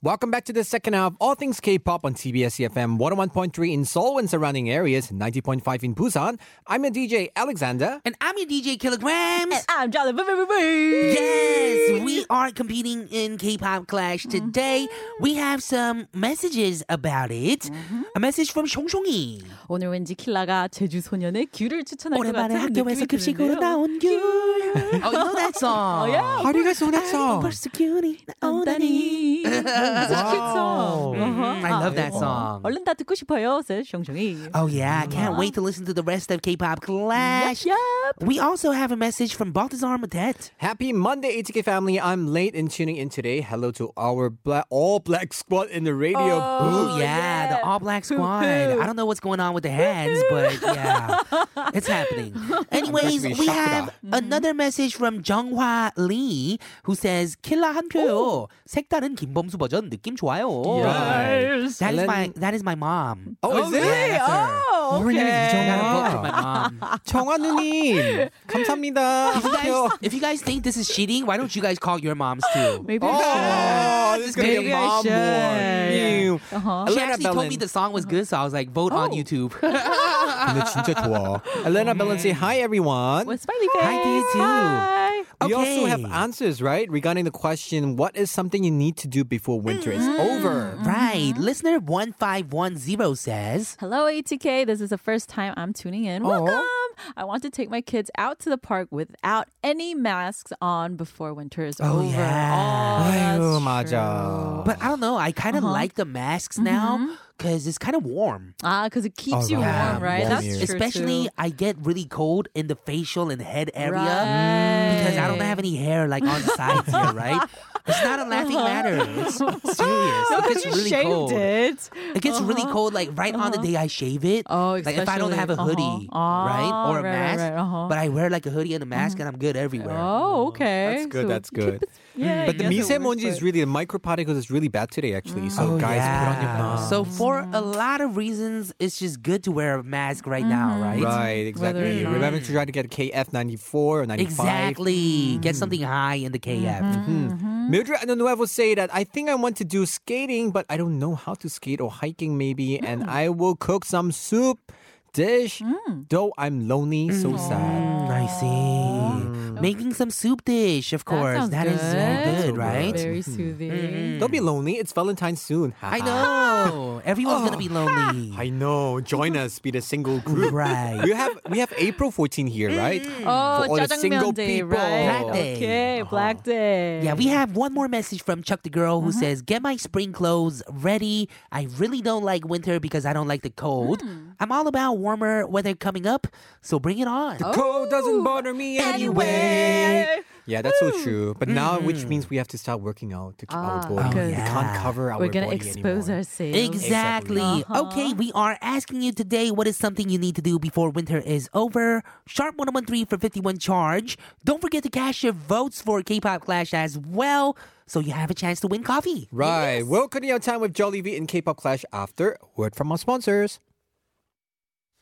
Speaker 1: Welcome back to the second half, all things K-pop on TBS EFM 101.3 in Seoul and surrounding areas, 90.5 in Busan. I'm your DJ Alexander.
Speaker 2: And I'm your DJ Kilograms.
Speaker 4: I'm Jolly Boo Boo Boo Boo. mm-hmm.
Speaker 2: Yes, we are competing in K-pop Clash today. We have some messages about it.
Speaker 4: Mm-hmm.
Speaker 2: A message from 숑숑이.
Speaker 4: 오늘 왠지 킬라가 제주 소년의 귤을 추천할 것
Speaker 2: 오랜만에
Speaker 4: 같은
Speaker 2: 학교에서
Speaker 4: 느낌이
Speaker 2: 급식으로
Speaker 4: 드는데요.
Speaker 2: 나온 귤. Oh, you know that song.
Speaker 4: yeah.
Speaker 1: How do you guys know that song?
Speaker 2: 벌써 귤이 나온다니.
Speaker 4: It's a cute song.
Speaker 2: Mhm, I love love that song.
Speaker 4: 얼른 다 듣고 싶어요, says 정정이.
Speaker 2: Oh yeah, I can't wait to listen to the rest of K-pop Clash.
Speaker 4: Yep,
Speaker 2: We also have a message from Baltazar Madet.
Speaker 1: Happy Monday, ATK family. I'm late in tuning in today. Hello to our black, all black squad in the radio.
Speaker 2: Oh yeah, the All Black Squad. I don't know what's going on with the hands, but yeah, it's happening. Anyways,
Speaker 1: be
Speaker 2: we
Speaker 1: shocked
Speaker 2: have another message from Junghwa Lee who says, "Killa 한 표요. 색다른 김범수 버전 느낌 좋아요."
Speaker 1: Yes.
Speaker 2: That is
Speaker 1: And
Speaker 2: my
Speaker 1: then-
Speaker 2: that is my mom.
Speaker 1: Oh, is it?
Speaker 2: Yeah, that's her.
Speaker 4: Oh,
Speaker 1: Your name is
Speaker 2: I got a book
Speaker 1: 이정아.
Speaker 2: from my mom.
Speaker 1: 정아 누님, 감사합니다.
Speaker 2: If you guys, if you guys think this is cheating, why don't you guys call your moms too?
Speaker 4: maybe.
Speaker 1: Oh, this is gonna be
Speaker 4: Maybe
Speaker 1: a
Speaker 4: I
Speaker 1: mom
Speaker 4: should.
Speaker 1: war. You.
Speaker 4: Uh-huh.
Speaker 2: Oh, She
Speaker 1: Elena
Speaker 2: actually told me
Speaker 1: Belen.
Speaker 2: the song was good, so I was like, vote on
Speaker 4: Oh.
Speaker 2: YouTube.
Speaker 1: 근데 진짜 좋아. Elena Belen say hi everyone.
Speaker 4: With smiley face.
Speaker 2: Hi to you too.
Speaker 4: Hi.
Speaker 1: We also have
Speaker 2: Okay.
Speaker 1: answers, right? Regarding the question, what is something you need to do before winter is
Speaker 2: Mm-hmm.
Speaker 1: over?
Speaker 2: right.
Speaker 4: Mm-hmm.
Speaker 2: Listener 1510 says,
Speaker 4: Hello, ATK. This is the first time I'm tuning in.
Speaker 1: Oh.
Speaker 4: Welcome. I want to take my kids out to the park without any masks on before winter is
Speaker 2: Oh,
Speaker 4: over.
Speaker 2: yeah.
Speaker 4: Oh, that's
Speaker 1: 아유, 맞아.
Speaker 2: but I don't know. I kind of
Speaker 4: Uh-huh.
Speaker 2: like the masks
Speaker 4: Mm-hmm.
Speaker 2: now because it's kind of warm.
Speaker 4: Ah, because it keeps you
Speaker 1: yeah,
Speaker 4: warm, right?
Speaker 1: warm
Speaker 4: That's
Speaker 1: here.
Speaker 4: true.
Speaker 2: Especially,
Speaker 4: too.
Speaker 2: I get really cold in the facial and head area
Speaker 4: Right.
Speaker 2: because I don't have any hair like on the sides here, right? It's not a laughing matter. It's, it's serious.
Speaker 4: Uh-huh. No,
Speaker 2: it
Speaker 4: 'cause
Speaker 2: gets
Speaker 4: you
Speaker 2: really
Speaker 4: shaved
Speaker 2: cold.
Speaker 4: it.
Speaker 2: It gets really cold, like right on the day I shave it.
Speaker 4: Uh-huh. Oh,
Speaker 2: like if I don't
Speaker 4: especially-
Speaker 2: have a
Speaker 4: uh-huh.
Speaker 2: hoodie, right,
Speaker 4: Ah,
Speaker 2: or a
Speaker 4: right, right,
Speaker 2: mask,
Speaker 4: right, uh-huh. Mm-hmm.
Speaker 2: but I wear like a hoodie and a mask, and I'm good everywhere.
Speaker 4: Oh, okay.
Speaker 1: That's good,
Speaker 4: So
Speaker 1: that's
Speaker 4: keep
Speaker 1: good.
Speaker 4: it- Yeah, I
Speaker 1: But the
Speaker 4: guess it works,
Speaker 1: 미세먼지 is
Speaker 4: but-
Speaker 1: really the microparticles is really bad today actually. So
Speaker 2: Oh,
Speaker 1: guys, put on your
Speaker 2: yeah.
Speaker 1: mask.
Speaker 2: So for a lot of reasons, it's just good to wear a mask right
Speaker 4: Mm-hmm.
Speaker 2: now, right?
Speaker 1: right, exactly.
Speaker 4: not-
Speaker 1: Remember to try to get a KF94 or 95.
Speaker 2: Exactly.
Speaker 4: Mm-hmm.
Speaker 2: Mm-hmm. Get something high in the KF.
Speaker 1: Hmm. Mildred Anonuevo say that I think I want to do skating, but I don't know how to skate or hiking maybe, and
Speaker 2: Mm.
Speaker 1: I will cook some soup dish. Though I'm lonely, so sad.
Speaker 2: Mm, I see.
Speaker 1: Mm-hmm.
Speaker 2: Making some soup dish, of course.
Speaker 4: sounds
Speaker 2: That is
Speaker 4: good.
Speaker 2: so good, right?
Speaker 4: Very
Speaker 1: Mm-hmm.
Speaker 4: soothing.
Speaker 1: Don't be lonely. It's Valentine's soon.
Speaker 2: I know. Everyone's gonna
Speaker 4: Oh.
Speaker 2: be lonely.
Speaker 1: I know. Join us. Be the single group.
Speaker 2: Right.
Speaker 1: We have we have April 14 here, right?
Speaker 4: Oh,
Speaker 1: For all the single
Speaker 4: 짜장면 day,
Speaker 1: people. Uh-huh.
Speaker 4: right?
Speaker 2: Black day.
Speaker 4: Okay, Black Day.
Speaker 2: Yeah, we have one more message from Chuck the Girl who says, Get my spring clothes ready. I really don't like winter because I don't like the cold. I'm all about warmer weather coming up, so bring it on.
Speaker 1: Cold doesn't bother me anyway. Yeah, that's so true. But now, which means we have to start working out to keep our body.
Speaker 4: Ah, okay.
Speaker 1: We can't cover our
Speaker 4: We're gonna
Speaker 1: body
Speaker 4: expose
Speaker 1: anymore.
Speaker 4: ourselves.
Speaker 2: Exactly. Okay, we are asking you today what is something you need to do before winter is over. Sharp 1013 for 51 charge. Don't forget to cash your votes for K pop clash as well, so you have a chance to win coffee.
Speaker 1: Right. We'll continue our time with Jollibee and K-pop Clash after a word from our sponsors.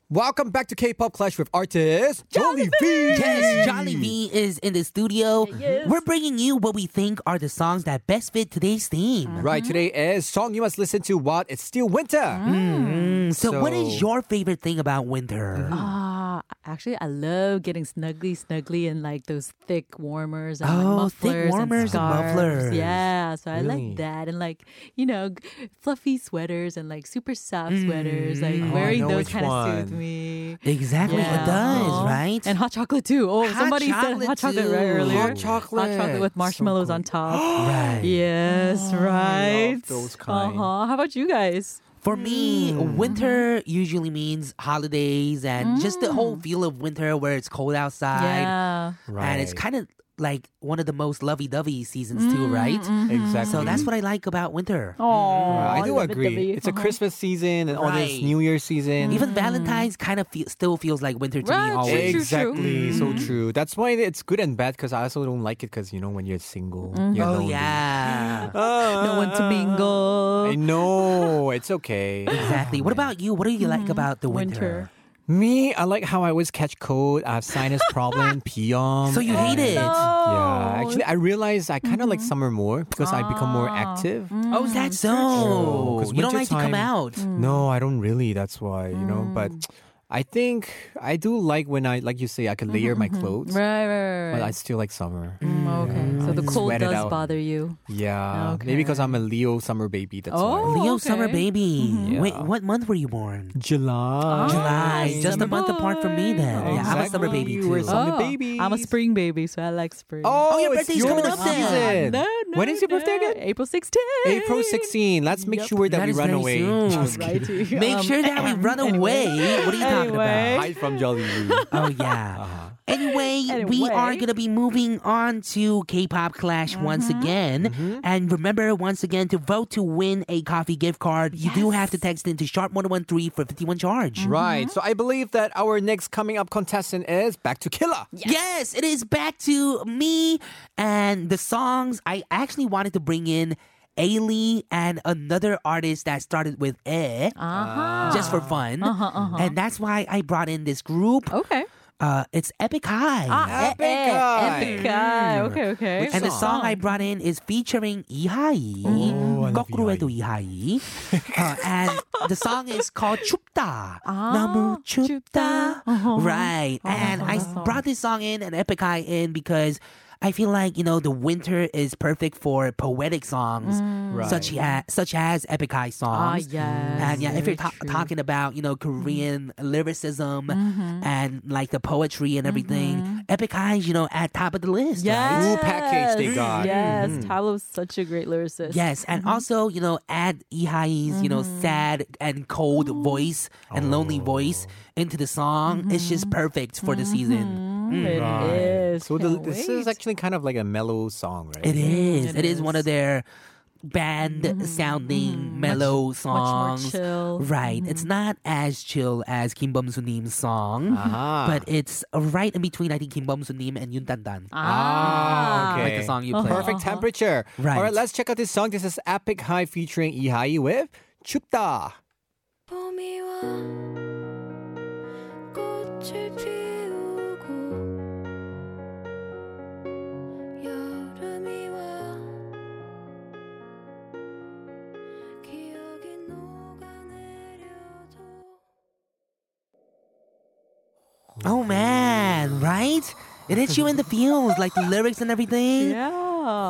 Speaker 1: Welcome back to K-pop Clash with artist Jollibee.
Speaker 2: Yes, Jolly V is in the studio.
Speaker 4: Yes.
Speaker 2: We're bringing you what we think are the songs that best fit today's theme.
Speaker 4: Uh-huh.
Speaker 1: Right. Today is song you must listen to. What? It's still winter.
Speaker 2: Mm, so, what is
Speaker 1: So-
Speaker 2: your favorite thing about winter?
Speaker 4: Ah, actually, I love getting snuggly, snuggly in like those thick warmers and like,
Speaker 2: Oh,
Speaker 4: mufflers
Speaker 2: thick warmers and
Speaker 4: and, scarves.
Speaker 2: mufflers.
Speaker 4: Yeah, so I
Speaker 1: Really?
Speaker 4: like that and like you know, g- fluffy sweaters and like super soft
Speaker 2: Mm.
Speaker 4: sweaters. Like
Speaker 1: Oh, I
Speaker 4: wearing
Speaker 1: know
Speaker 4: those
Speaker 1: which
Speaker 4: kind of soothes
Speaker 1: one.
Speaker 4: me.
Speaker 2: Exactly,
Speaker 4: Yeah.
Speaker 2: it does,
Speaker 4: Aw.
Speaker 2: right?
Speaker 4: And hot chocolate too. Oh,
Speaker 2: Hot
Speaker 4: somebody
Speaker 2: chocolate
Speaker 4: said hot chocolate right
Speaker 2: too.
Speaker 4: earlier.
Speaker 1: Hot chocolate.
Speaker 4: Hot chocolate
Speaker 1: So
Speaker 4: with marshmallows
Speaker 1: cool.
Speaker 4: on top.
Speaker 2: Right.
Speaker 4: yes, right.
Speaker 1: those kind.
Speaker 4: Uh-huh. How about you guys?
Speaker 2: For me,
Speaker 1: Mm.
Speaker 2: winter usually means holidays and just the whole feel of winter where it's cold outside.
Speaker 4: Mm. Yeah.
Speaker 2: And it's
Speaker 1: Right.
Speaker 2: kind of like one of the most lovey dovey seasons, too, right?
Speaker 4: Mm-hmm.
Speaker 1: exactly.
Speaker 2: So that's what I like about winter.
Speaker 4: Mm, Oh,
Speaker 1: I do agree. It's a Christmas season and all this
Speaker 2: Right.
Speaker 1: New Year season. Oh,
Speaker 2: Even Valentine's kind of feel, still feels like winter to
Speaker 4: Mm. Right,
Speaker 2: me
Speaker 4: true,
Speaker 2: always.
Speaker 4: true.
Speaker 1: exactly, so
Speaker 2: Mm-hmm.
Speaker 1: true. That's why it's good and bad because I also don't like it because you know when you're single, you're
Speaker 2: Oh,
Speaker 1: lonely.
Speaker 2: yeah.
Speaker 4: No one to mingle.
Speaker 1: I know it's okay.
Speaker 2: exactly. What about you? What do you like about the winter?
Speaker 4: Mm-hmm. Winter.
Speaker 1: Me, I like how I always catch cold. I have sinus problem, PM.
Speaker 2: So you
Speaker 4: Oh,
Speaker 2: hate it?
Speaker 1: Yeah, actually, I realize I kind of
Speaker 4: Mm-hmm.
Speaker 1: like summer more because I become more
Speaker 4: Ah.
Speaker 1: active.
Speaker 2: Oh, is that
Speaker 1: True,
Speaker 2: so?
Speaker 1: Oh, 'cause
Speaker 2: Oh, You don't like to come
Speaker 1: wintertime-
Speaker 2: out.
Speaker 4: Mm.
Speaker 1: No, I don't really. That's why you know. But I think I do like when I, like you say, I can layer my clothes.
Speaker 4: Mm-hmm, Right, right,
Speaker 1: But I
Speaker 4: right.
Speaker 1: still like summer.
Speaker 4: Mm, okay. So the cold
Speaker 1: Sweat it out.
Speaker 4: does bother you.
Speaker 1: Yeah, maybe because I'm a Leo summer baby. That's
Speaker 4: Oh.
Speaker 1: why.
Speaker 2: Leo summer
Speaker 4: okay. Mm-hmm.
Speaker 2: baby. Wait,
Speaker 1: Yeah.
Speaker 2: what month were you born?
Speaker 4: Oh,
Speaker 1: July.
Speaker 2: July, just a
Speaker 4: summer
Speaker 2: month apart from me
Speaker 4: boy.
Speaker 2: then. Yeah, I'm a summer
Speaker 1: Exactly.
Speaker 2: baby
Speaker 1: You were
Speaker 2: too.
Speaker 4: Oh,
Speaker 1: summer- I'm a baby.
Speaker 4: I'm a spring baby, so I like spring.
Speaker 1: Oh,
Speaker 2: your
Speaker 1: it's
Speaker 2: birthday's coming
Speaker 1: your
Speaker 2: up then.
Speaker 1: season.
Speaker 4: no,
Speaker 1: When is your birthday again?
Speaker 4: April 16th.
Speaker 1: April 16. Let's make
Speaker 4: Yup.
Speaker 1: sure that,
Speaker 2: That
Speaker 1: we
Speaker 2: is
Speaker 1: run
Speaker 2: very
Speaker 1: away.
Speaker 2: soon.
Speaker 1: Just kidding.
Speaker 4: Alrighty.
Speaker 2: Make
Speaker 4: Um,
Speaker 2: sure that we run away. What are you talking about?
Speaker 4: Anyway.
Speaker 1: Hide from Jollibee.
Speaker 2: Oh yeah. Anyway, we
Speaker 4: Anyway.
Speaker 2: are gonna be moving on to K-pop Clash once
Speaker 4: Mm-hmm.
Speaker 2: again, and remember once again to vote to win a coffee gift card. You do have to text into sharp one one three for fifty one charge.
Speaker 4: Mm-hmm.
Speaker 1: Right. So I believe that our next coming up contestant is Back to Killer.
Speaker 2: Yes. it is back to me and the songs. I actually wanted to bring in Ailey and another artist that started with E,
Speaker 4: Uh-huh.
Speaker 2: just for fun, and that's why I brought in this group.
Speaker 4: Okay.
Speaker 2: Uh, it's Epic High.
Speaker 1: Epic
Speaker 4: eh, eh,
Speaker 1: High.
Speaker 4: Epic High.
Speaker 1: Mm.
Speaker 4: Okay, okay.
Speaker 2: And the song I brought in is featuring 이하이.
Speaker 1: I love
Speaker 2: 거꾸로 해도 이하이. Uh, and the song is called 춥다. 너무 춥다. Right. And I brought this song in and Epic High in because I feel like, you know, the winter is perfect for poetic songs
Speaker 1: Right.
Speaker 2: such, as, such as Epic High
Speaker 4: Ah,
Speaker 2: songs.
Speaker 4: yes.
Speaker 2: And yeah, if
Speaker 4: very
Speaker 2: you're ta-
Speaker 4: true.
Speaker 2: talking about you know Korean lyricism and like the poetry and everything, Epic Highs, you know, at top of the list. right?
Speaker 4: Yes. Mm-hmm.
Speaker 1: Ooh, package they got.
Speaker 4: Yes, Tablo's such a great lyricist.
Speaker 2: Yes, Mm-hmm. and also you know add Ihai's you know sad and cold voice and lonely voice
Speaker 1: Oh.
Speaker 2: into the song. It's just perfect for the season.
Speaker 4: Mm, it is.
Speaker 1: So the,
Speaker 4: Can't
Speaker 1: this is
Speaker 4: wait.
Speaker 1: actually kind of like a mellow song, right?
Speaker 2: It is.
Speaker 4: It
Speaker 2: It is Mm-hmm. one of their band sounding mellow
Speaker 4: more
Speaker 2: songs.
Speaker 4: chill.
Speaker 2: Right. It's not as chill as Kim Bum Sunim's song,
Speaker 1: Ah.
Speaker 2: but it's right in between. I think Kim Bum Sunim and Yun Tan Tan.
Speaker 1: Ah, okay.
Speaker 2: Like the song you played.
Speaker 1: Perfect temperature.
Speaker 2: Right.
Speaker 1: All right, let's check out this song. This is Epic High featuring Ihai with 춥다.
Speaker 3: 봄이 와 꽃을 피우고 여름이 와 기억이 녹아내려도
Speaker 2: Oh man, right? It hits you in the feels, like the lyrics and everything.
Speaker 4: Yeah.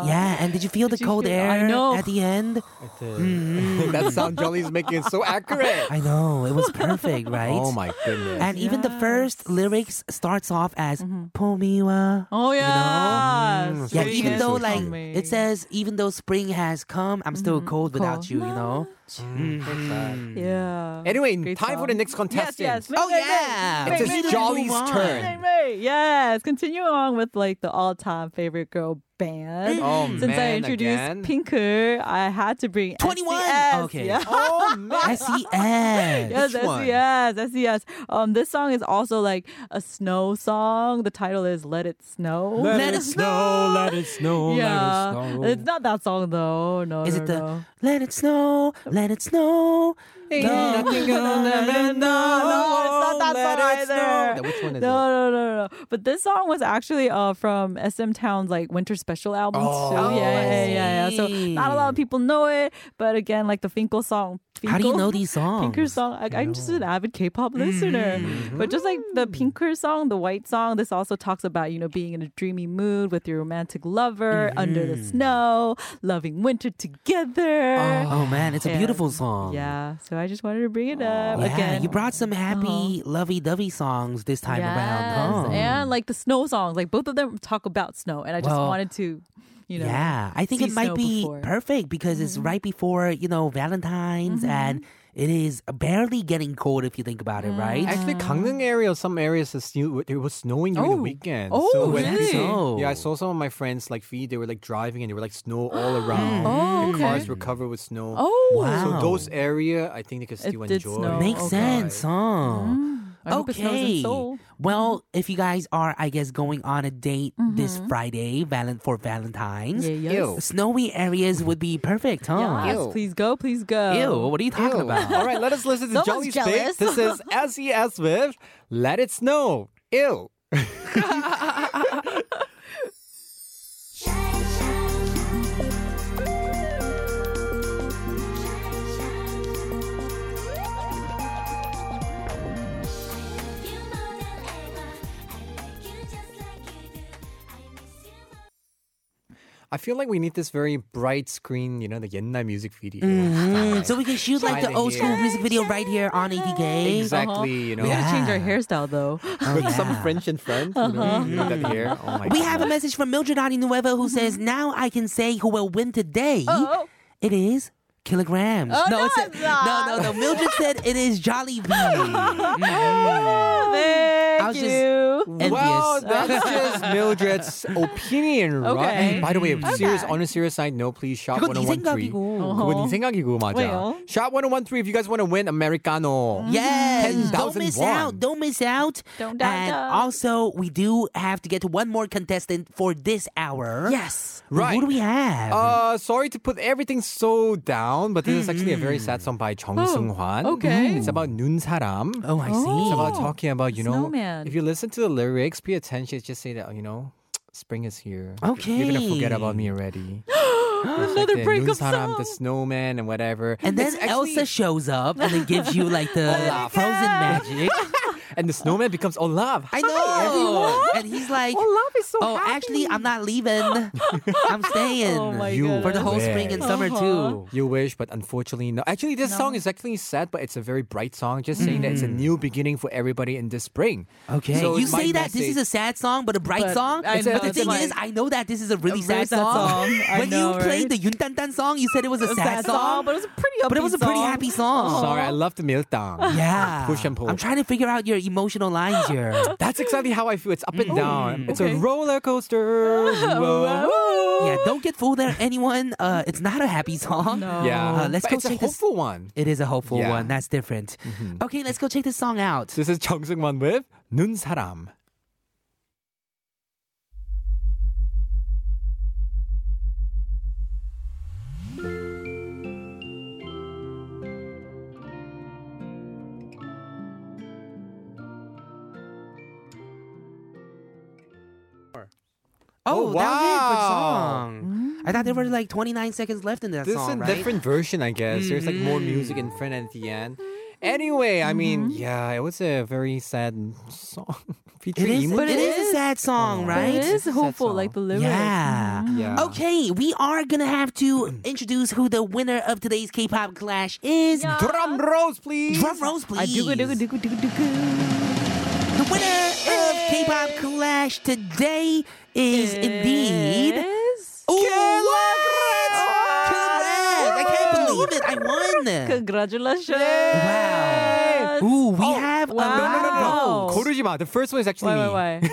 Speaker 2: Yeah, and did you feel the
Speaker 4: Uh, Did you
Speaker 2: cold
Speaker 4: feel-
Speaker 2: air
Speaker 4: I know.
Speaker 2: at the end?
Speaker 1: that sound Jolly's making is so accurate.
Speaker 2: I know, it was perfect, right?
Speaker 1: Oh my goodness.
Speaker 2: And even the first lyrics starts off as
Speaker 4: Mm-hmm.
Speaker 2: "Pomiwa."
Speaker 4: Oh yeah.
Speaker 1: Mm,
Speaker 2: Yeah,
Speaker 1: Spring
Speaker 2: even
Speaker 1: is
Speaker 2: though like
Speaker 1: coming.
Speaker 2: it says, even though spring has come, I'm still cold without
Speaker 4: Mm-hmm. Cold.
Speaker 2: you. You know.
Speaker 1: Mm.
Speaker 2: Mhm.
Speaker 4: Yeah.
Speaker 1: anyway,
Speaker 4: Great
Speaker 1: time for
Speaker 4: song.
Speaker 1: the next contestant.
Speaker 4: Yes, yes.
Speaker 2: Oh
Speaker 4: Wait, wait,
Speaker 2: yeah,
Speaker 4: wait,
Speaker 1: It's
Speaker 4: wait,
Speaker 1: just
Speaker 4: wait,
Speaker 1: Jolly's
Speaker 2: wait,
Speaker 1: turn.
Speaker 4: Right, yes. Continue on with like the all-time favorite girl band.
Speaker 1: Oh
Speaker 4: Since I
Speaker 1: man,
Speaker 4: introduced
Speaker 1: again.
Speaker 4: Pinker, I had to bring
Speaker 2: 21.
Speaker 4: SES.
Speaker 2: Okay. E
Speaker 4: Yeah.
Speaker 1: Oh man.
Speaker 2: SES.
Speaker 4: Yes, E
Speaker 1: Which one?
Speaker 4: yes, yes, yes. Um, this song is also like a snow song. The title is "Let It Snow."
Speaker 2: Let it
Speaker 1: snow, let it snow,
Speaker 4: yeah, it's not that song though. No,
Speaker 2: Is
Speaker 4: no,
Speaker 2: it the
Speaker 4: no.
Speaker 2: "Let It Snow, Let It Snow"?
Speaker 1: No, nothing gonna let it
Speaker 4: No, it's not that
Speaker 1: let
Speaker 4: song
Speaker 1: it
Speaker 4: either.
Speaker 1: snow. Which one is it?
Speaker 4: No, no, no, no. But this song was actually uh, from SM Town's like winter special album.
Speaker 1: Oh, I
Speaker 4: too. yeah, yeah, yeah, yeah. So
Speaker 2: see.
Speaker 4: not a lot of people know it, but again, like the Finkel song. Finkel?
Speaker 2: How do you know these songs?
Speaker 4: Pinker song. I, I'm just an avid K-pop listener,
Speaker 2: Mm-hmm.
Speaker 4: but just like the Pinker song, the White song, this also talks about you know being in a dreamy mood with your romantic lover under
Speaker 2: Mm-hmm.
Speaker 4: the snow, loving winter together.
Speaker 2: Oh man, it's a
Speaker 4: And-
Speaker 2: beautiful song.
Speaker 4: Yeah, so I just wanted to bring it up
Speaker 2: Oh. Yeah,
Speaker 4: again. Uh-huh.
Speaker 2: you brought some happy lovey-dovey songs this time around. huh?
Speaker 4: Yes, and like the snow songs, like both of them talk about snow, and I just
Speaker 2: Well,
Speaker 4: wanted to, you know,
Speaker 2: yeah, I think it
Speaker 4: see
Speaker 2: might
Speaker 4: snow
Speaker 2: be
Speaker 4: before. Mm-hmm.
Speaker 2: perfect because it's right before you know Valentine's, and it is barely getting cold if you think about it, right?
Speaker 4: Mm-hmm.
Speaker 1: Actually, Gangneung area, some areas is snow, it was snowing during the
Speaker 4: Oh.
Speaker 1: weekend.
Speaker 4: Oh,
Speaker 1: when-
Speaker 4: really?
Speaker 2: So-
Speaker 1: Yeah, I saw some of my friends like feed. They were like driving and they were like snow all around.
Speaker 4: Oh,
Speaker 1: Their cars were covered with snow.
Speaker 4: Oh,
Speaker 2: Wow.
Speaker 1: So those area, I think they could
Speaker 4: It
Speaker 1: still
Speaker 4: did
Speaker 1: enjoy. Oh,
Speaker 4: snow.
Speaker 2: Makes
Speaker 4: Okay.
Speaker 2: sense, huh?
Speaker 4: I hope it snows in
Speaker 2: okay.
Speaker 4: Seoul. Mm-hmm.
Speaker 2: Well, if you guys are, I guess, going on a date this Friday, Valen for Valentine's,
Speaker 4: yeah, yes.
Speaker 1: Ew.
Speaker 2: snowy areas would be perfect, huh?
Speaker 4: Yes, please go, please go.
Speaker 2: Ew, what are you talking about?
Speaker 1: All right, let us listen to Jolly's
Speaker 4: Someone's
Speaker 1: pick.
Speaker 4: jealous.
Speaker 1: This is SES with "Let It Snow." Ew. I I feel like we need this very bright screen, you know, the 옛날 music video.
Speaker 2: Mm, so we can shoot like the
Speaker 1: Shining
Speaker 2: old school
Speaker 1: here.
Speaker 2: music video right here on ATK.
Speaker 1: Exactly, you know.
Speaker 4: We gotta change our
Speaker 2: Uh-huh. Yeah.
Speaker 4: hairstyle though.
Speaker 1: With some French and friend, you know, with that hair. Oh my
Speaker 2: Uh-huh. We
Speaker 1: God.
Speaker 2: have a message from Mildred Ani Nuevo who says, Now I can say who will win today.
Speaker 4: Mm-hmm. Oh.
Speaker 2: It is kilograms. no, it's no, no, no. Mildred said it is Jolly Bee.
Speaker 4: Oh,
Speaker 2: I
Speaker 4: Thank
Speaker 2: was just-
Speaker 4: you.
Speaker 2: Envious.
Speaker 1: Well, that's just Mildred's opinion, right?
Speaker 4: Okay.
Speaker 1: By the way, serious on a serious side, no, please shop
Speaker 2: 그건 네
Speaker 1: 1013.
Speaker 2: 생각이고.
Speaker 4: Uh-huh.
Speaker 1: 그건 네 생각이고 맞아.
Speaker 4: 왜요?
Speaker 1: Shop 1013 if you guys want to win Americano.
Speaker 2: Mm-hmm. Yes.
Speaker 1: 10,000
Speaker 2: Don't miss
Speaker 1: Mm-hmm. won.
Speaker 2: out. Don't miss out.
Speaker 4: Don't die,
Speaker 2: And
Speaker 4: dog.
Speaker 2: also, we do have to get to one more contestant for this hour.
Speaker 4: Yes.
Speaker 1: Right.
Speaker 2: Who do we have?
Speaker 1: Uh, sorry to put everything so down, but this is actually a very
Speaker 2: Mm.
Speaker 1: sad song by Jung Sung Hwan. Mm-hmm.
Speaker 4: okay.
Speaker 1: It's about 눈 사람.
Speaker 2: oh, I see.
Speaker 1: It's about talking about, you know,
Speaker 4: Snowman.
Speaker 1: if you listen to the lyrics, pay attention, just say that, you know, spring is here. You're gonna
Speaker 2: Okay.
Speaker 1: forget about me already.
Speaker 4: Another
Speaker 1: break
Speaker 4: breakup
Speaker 1: up
Speaker 4: song.
Speaker 1: The snowman and whatever.
Speaker 2: And then
Speaker 1: It's actually-
Speaker 2: Elsa shows up and then gives you like the
Speaker 1: Olaf.
Speaker 2: frozen magic.
Speaker 1: and the snowman becomes Olaf.
Speaker 2: I know. Oh. And he's like,
Speaker 4: Olaf is so
Speaker 2: oh, actually, I'm not leaving. I'm staying
Speaker 4: Oh my
Speaker 1: You-
Speaker 2: for the whole
Speaker 1: goodness.
Speaker 2: spring and summer too.
Speaker 1: Uh-huh. You wish, but unfortunately, no. Actually, this song is actually sad, but it's a very bright song. Just saying that it's
Speaker 2: Mm.
Speaker 1: a new beginning for everybody in this spring.
Speaker 2: Okay,
Speaker 1: So
Speaker 2: you
Speaker 1: it's my
Speaker 2: say that this is a
Speaker 1: message.
Speaker 2: sad song, but a bright
Speaker 4: But
Speaker 2: song.
Speaker 4: I
Speaker 2: but
Speaker 4: know,
Speaker 2: the
Speaker 4: it's
Speaker 2: thing
Speaker 4: like-
Speaker 2: is, I know that this is a really
Speaker 4: A really
Speaker 2: sad
Speaker 4: sad
Speaker 2: song.
Speaker 4: song. I
Speaker 2: when
Speaker 4: know,
Speaker 2: you played
Speaker 4: right?
Speaker 2: the Yun Tan Tan song, you said it was a,
Speaker 4: sad, song, but it was a pretty.
Speaker 2: but it was a
Speaker 4: upbeat
Speaker 2: pretty
Speaker 4: song. Oh.
Speaker 2: happy song.
Speaker 1: Sorry, I love the Miltang.
Speaker 2: Yeah,
Speaker 1: Push and pull.
Speaker 2: I'm trying to figure out your emotional lines here.
Speaker 1: That's exactly how I feel. It's up and down.
Speaker 2: Mm,
Speaker 1: It's
Speaker 4: okay.
Speaker 1: a roller coaster. Whoa.
Speaker 2: yeah, don't get fooled there, anyone. Uh, it's not a happy song.
Speaker 4: No.
Speaker 1: Yeah.
Speaker 2: Uh, let's
Speaker 1: but
Speaker 2: go
Speaker 1: it's a
Speaker 2: check this-
Speaker 1: hopeful one.
Speaker 2: It is a hopeful
Speaker 1: Yeah.
Speaker 2: one. That's different. Okay, let's go check this song out.
Speaker 1: This is Jung Sung Hwan with 눈 사람.
Speaker 2: Oh,
Speaker 1: Oh,
Speaker 2: that was it for the
Speaker 1: wow.
Speaker 2: song. I thought there were
Speaker 4: Mm.
Speaker 2: like 29 seconds left in that
Speaker 1: This is a
Speaker 2: song, right?
Speaker 1: different version, I guess. There's like more music in front at the end. Anyway, I mean,
Speaker 2: Mm-hmm.
Speaker 1: yeah, it was a very sad song.
Speaker 2: It
Speaker 1: Featuring
Speaker 2: is,
Speaker 1: emo-
Speaker 2: but it is a sad song,
Speaker 1: Oh.
Speaker 2: right?
Speaker 4: It is
Speaker 1: Sad song.
Speaker 4: hopeful, like the lyrics.
Speaker 2: Yeah.
Speaker 1: Yeah.
Speaker 2: Mm-hmm.
Speaker 1: Mm.
Speaker 2: Okay, we are gonna have to introduce who the winner of today's K-pop clash is.
Speaker 1: Drum rolls, please.
Speaker 2: Drum rolls, please.
Speaker 4: I do do do do do
Speaker 2: The winner of K-pop clash today is indeed Kilograms. I can't believe it. I won.
Speaker 4: Congratulations.
Speaker 2: Wow. Ooh, we have
Speaker 4: wow.
Speaker 2: a
Speaker 1: Oh, No, no, no, no.
Speaker 4: Wow.
Speaker 1: 고르지 마. The first one is actually
Speaker 4: Wait,
Speaker 1: me.
Speaker 4: wait, wait.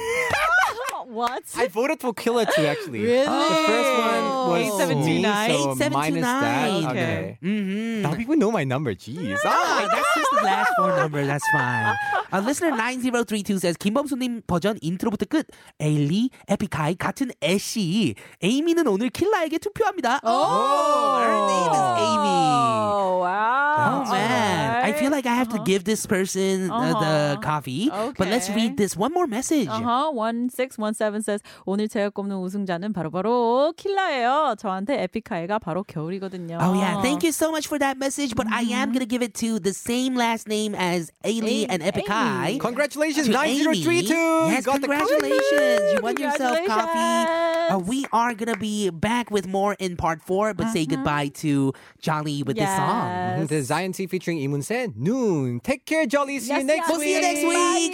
Speaker 4: what?
Speaker 1: I voted for Killer 2 actually.
Speaker 4: Really?
Speaker 1: The first one was me,
Speaker 4: 8729.
Speaker 1: so minus that.
Speaker 2: 8729.
Speaker 1: Okay.
Speaker 2: Mm-hmm.
Speaker 1: Now people know my number. Jeez.
Speaker 2: Ah, that's just the last four number. That's fine. Uh, listener 9032 says 김범수님 버전 인트로부터 끝. 에일리, 에픽하이 같은 애쉬. 에이미는 오늘 킬라에게 투표합니다. Oh, her name is Amy.
Speaker 4: Oh, wow.
Speaker 2: Oh man, I feel like I have to give this person uh, the coffee. But let's
Speaker 4: Uh-huh. Okay. Uh-huh.
Speaker 2: read this one more message.
Speaker 4: 어허, 1617 says 오늘 제가 꼽는 우승자는 바로바로 킬라예요. 저한테 에픽하이가 바로 겨울이거든요.
Speaker 2: Oh yeah, thank you so much for that message. But I
Speaker 4: Mm-hmm.
Speaker 2: am gonna give it to the same last name as Ailey
Speaker 4: Ailey.
Speaker 2: and Epikai.
Speaker 1: Congratulations,
Speaker 2: to
Speaker 1: 9032.
Speaker 2: Amy.
Speaker 1: You
Speaker 2: Yes,
Speaker 1: got the
Speaker 2: congratulations. You won yourself coffee. Uh,
Speaker 4: Congratulations.
Speaker 2: we are going to be back with more in part four, but say goodbye
Speaker 1: Uh-huh.
Speaker 2: to Jolly with this song.
Speaker 4: Yes.
Speaker 1: The Zion T featuring Imun Sen. Noon. Take care, Jolly. See you
Speaker 4: Yes,
Speaker 1: next
Speaker 4: yes.
Speaker 2: We'll see you
Speaker 1: week.
Speaker 2: next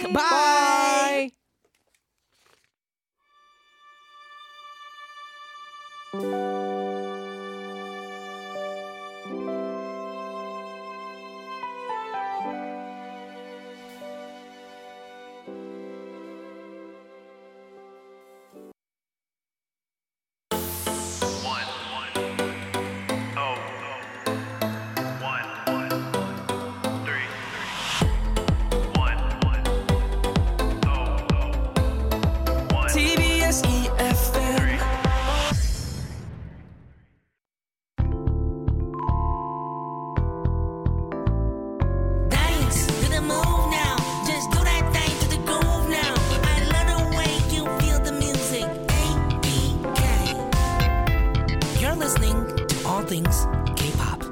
Speaker 2: week. Bye.
Speaker 1: Bye.
Speaker 6: TBS EFM
Speaker 8: Dance to the move now. Just do that thing to the groove now. I love the way you feel the music. ABK.
Speaker 2: You're listening to All Things K-Pop.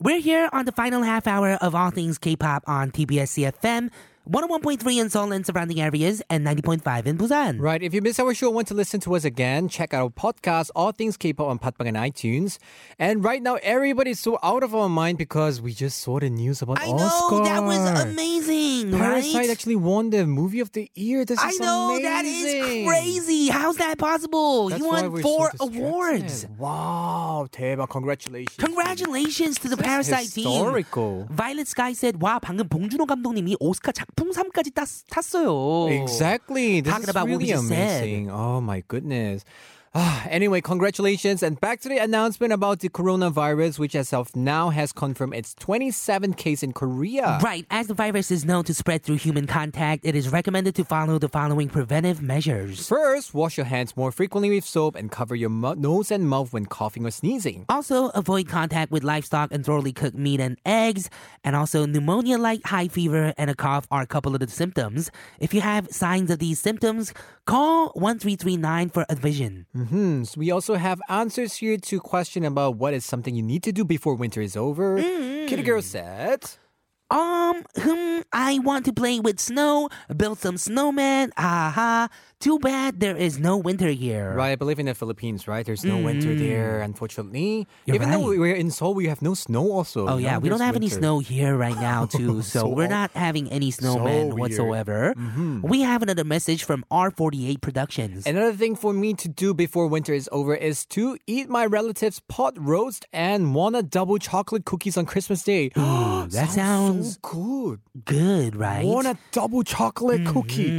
Speaker 2: We're here on the final half hour of All Things K-Pop on TBS CFM. 101.3 in Seoul and surrounding areas, and 90.5 in Busan.
Speaker 1: Right. If you missed our show and want to listen to us again, check out our podcast, All Things K-pop on Patbang and iTunes. And right now, everybody's so out of our mind because we just saw the news about
Speaker 2: I know,
Speaker 1: Oscar.
Speaker 2: that was amazing,
Speaker 1: Parasite
Speaker 2: right?
Speaker 1: actually won the movie of the year. This
Speaker 2: I
Speaker 1: is
Speaker 2: know,
Speaker 1: amazing.
Speaker 2: that is crazy. How's that possible?
Speaker 1: That's
Speaker 2: you
Speaker 1: why
Speaker 2: won
Speaker 1: we're so
Speaker 2: four
Speaker 1: distracted.
Speaker 2: awards.
Speaker 1: Wow, 대박! Congratulations.
Speaker 2: Congratulations to the Parasite
Speaker 1: historical.
Speaker 2: team. Violet Sky said, 와, 방금 봉준호 감독님이 오스카 작품상까지 땄, 탔어요.
Speaker 1: Exactly. This
Speaker 2: Talking
Speaker 1: is
Speaker 2: about what
Speaker 1: really
Speaker 2: we just said.
Speaker 1: amazing. Oh my goodness. Ah, anyway, congratulations. And back to the announcement about the coronavirus, which as of now has confirmed its 27 case in Korea.
Speaker 2: Right, as the virus is known to spread through human contact, it is recommended to follow the following preventive measures.
Speaker 1: First, wash your hands more frequently with soap and cover your mu- nose and mouth when coughing or sneezing.
Speaker 2: Also, avoid contact with livestock and thoroughly cooked meat and eggs. And also, pneumonia like high fever and a cough are a couple of the symptoms. If you have signs of these symptoms, call 1339 for advision.
Speaker 1: Hmm, so we also have answers here to question about what is something you need to do before winter is over.
Speaker 2: Mm-hmm.
Speaker 1: Kitty Girl said,
Speaker 2: Um, hmm, I want to play with snow, build some snowman. Aha, too bad there is no winter here.
Speaker 1: Right, I believe in the Philippines, right? There's no winter there, unfortunately.
Speaker 2: Mm-hmm. You're
Speaker 1: Even though
Speaker 2: right.
Speaker 1: we're in Seoul, we have no snow also.
Speaker 2: Oh
Speaker 1: you
Speaker 2: yeah,
Speaker 1: know,
Speaker 2: we don't
Speaker 1: there's
Speaker 2: have any
Speaker 1: winter.
Speaker 2: snow here right now too, so,
Speaker 1: So
Speaker 2: we're
Speaker 1: all-
Speaker 2: not having any snowmen
Speaker 1: weird. Mm-hmm.
Speaker 2: whatsoever. We have another message from R48 Productions.
Speaker 1: Another thing for me to do before winter is over is to eat my relatives' pot roast and wanna double chocolate cookies on Christmas Day.
Speaker 2: that sounds-
Speaker 1: so good.
Speaker 2: good, right?
Speaker 1: Wanna double chocolate cookie.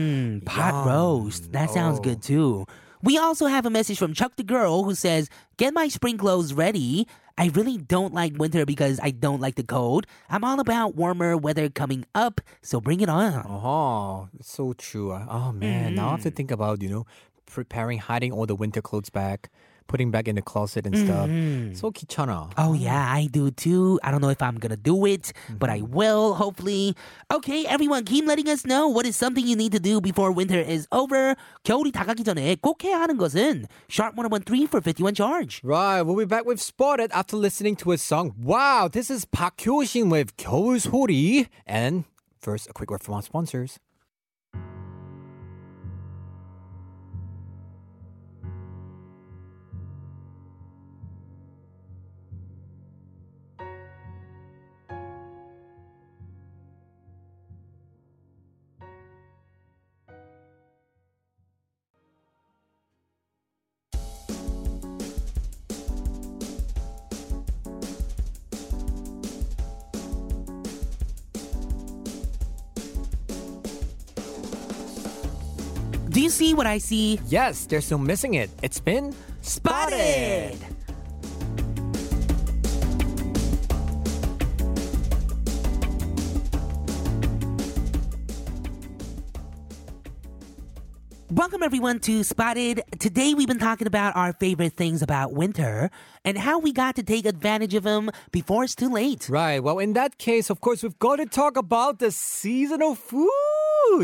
Speaker 2: Mm, pot roast. That sounds good too. We also have a message from Chuck the Girl who says, Get my spring clothes ready. I really don't like winter because I don't like the cold. I'm all about warmer weather coming up, so bring it on.
Speaker 1: Oh, it's so true. Oh man, now I have to
Speaker 2: Mm-hmm.
Speaker 1: think about you know preparing, hiding all the winter clothes back, putting back in the closet and stuff.
Speaker 2: Mm-hmm.
Speaker 1: So kichana.
Speaker 2: Oh, yeah, I do too. I don't know if I'm gonna do it, but I will, hopefully. Okay, everyone, keep letting us know what is something you need to do before winter is over. 겨울이 다 가기 전에 꼭 해야 하는 것은 Sharp1013 for 51 charge.
Speaker 1: Right, we'll be back with Spotted after listening to his song. Wow, this is Park Hyo-shin with 겨울 소리. And first, a quick word from our sponsors.
Speaker 2: Do you see what I see?
Speaker 1: Yes, there's no missing it. It's been Spotted.
Speaker 2: Welcome everyone to Spotted. Today we've been talking about our favorite things about winter and how we got to take advantage of them before it's too late.
Speaker 1: Right, well, in that case, of course, we've got to talk about the seasonal food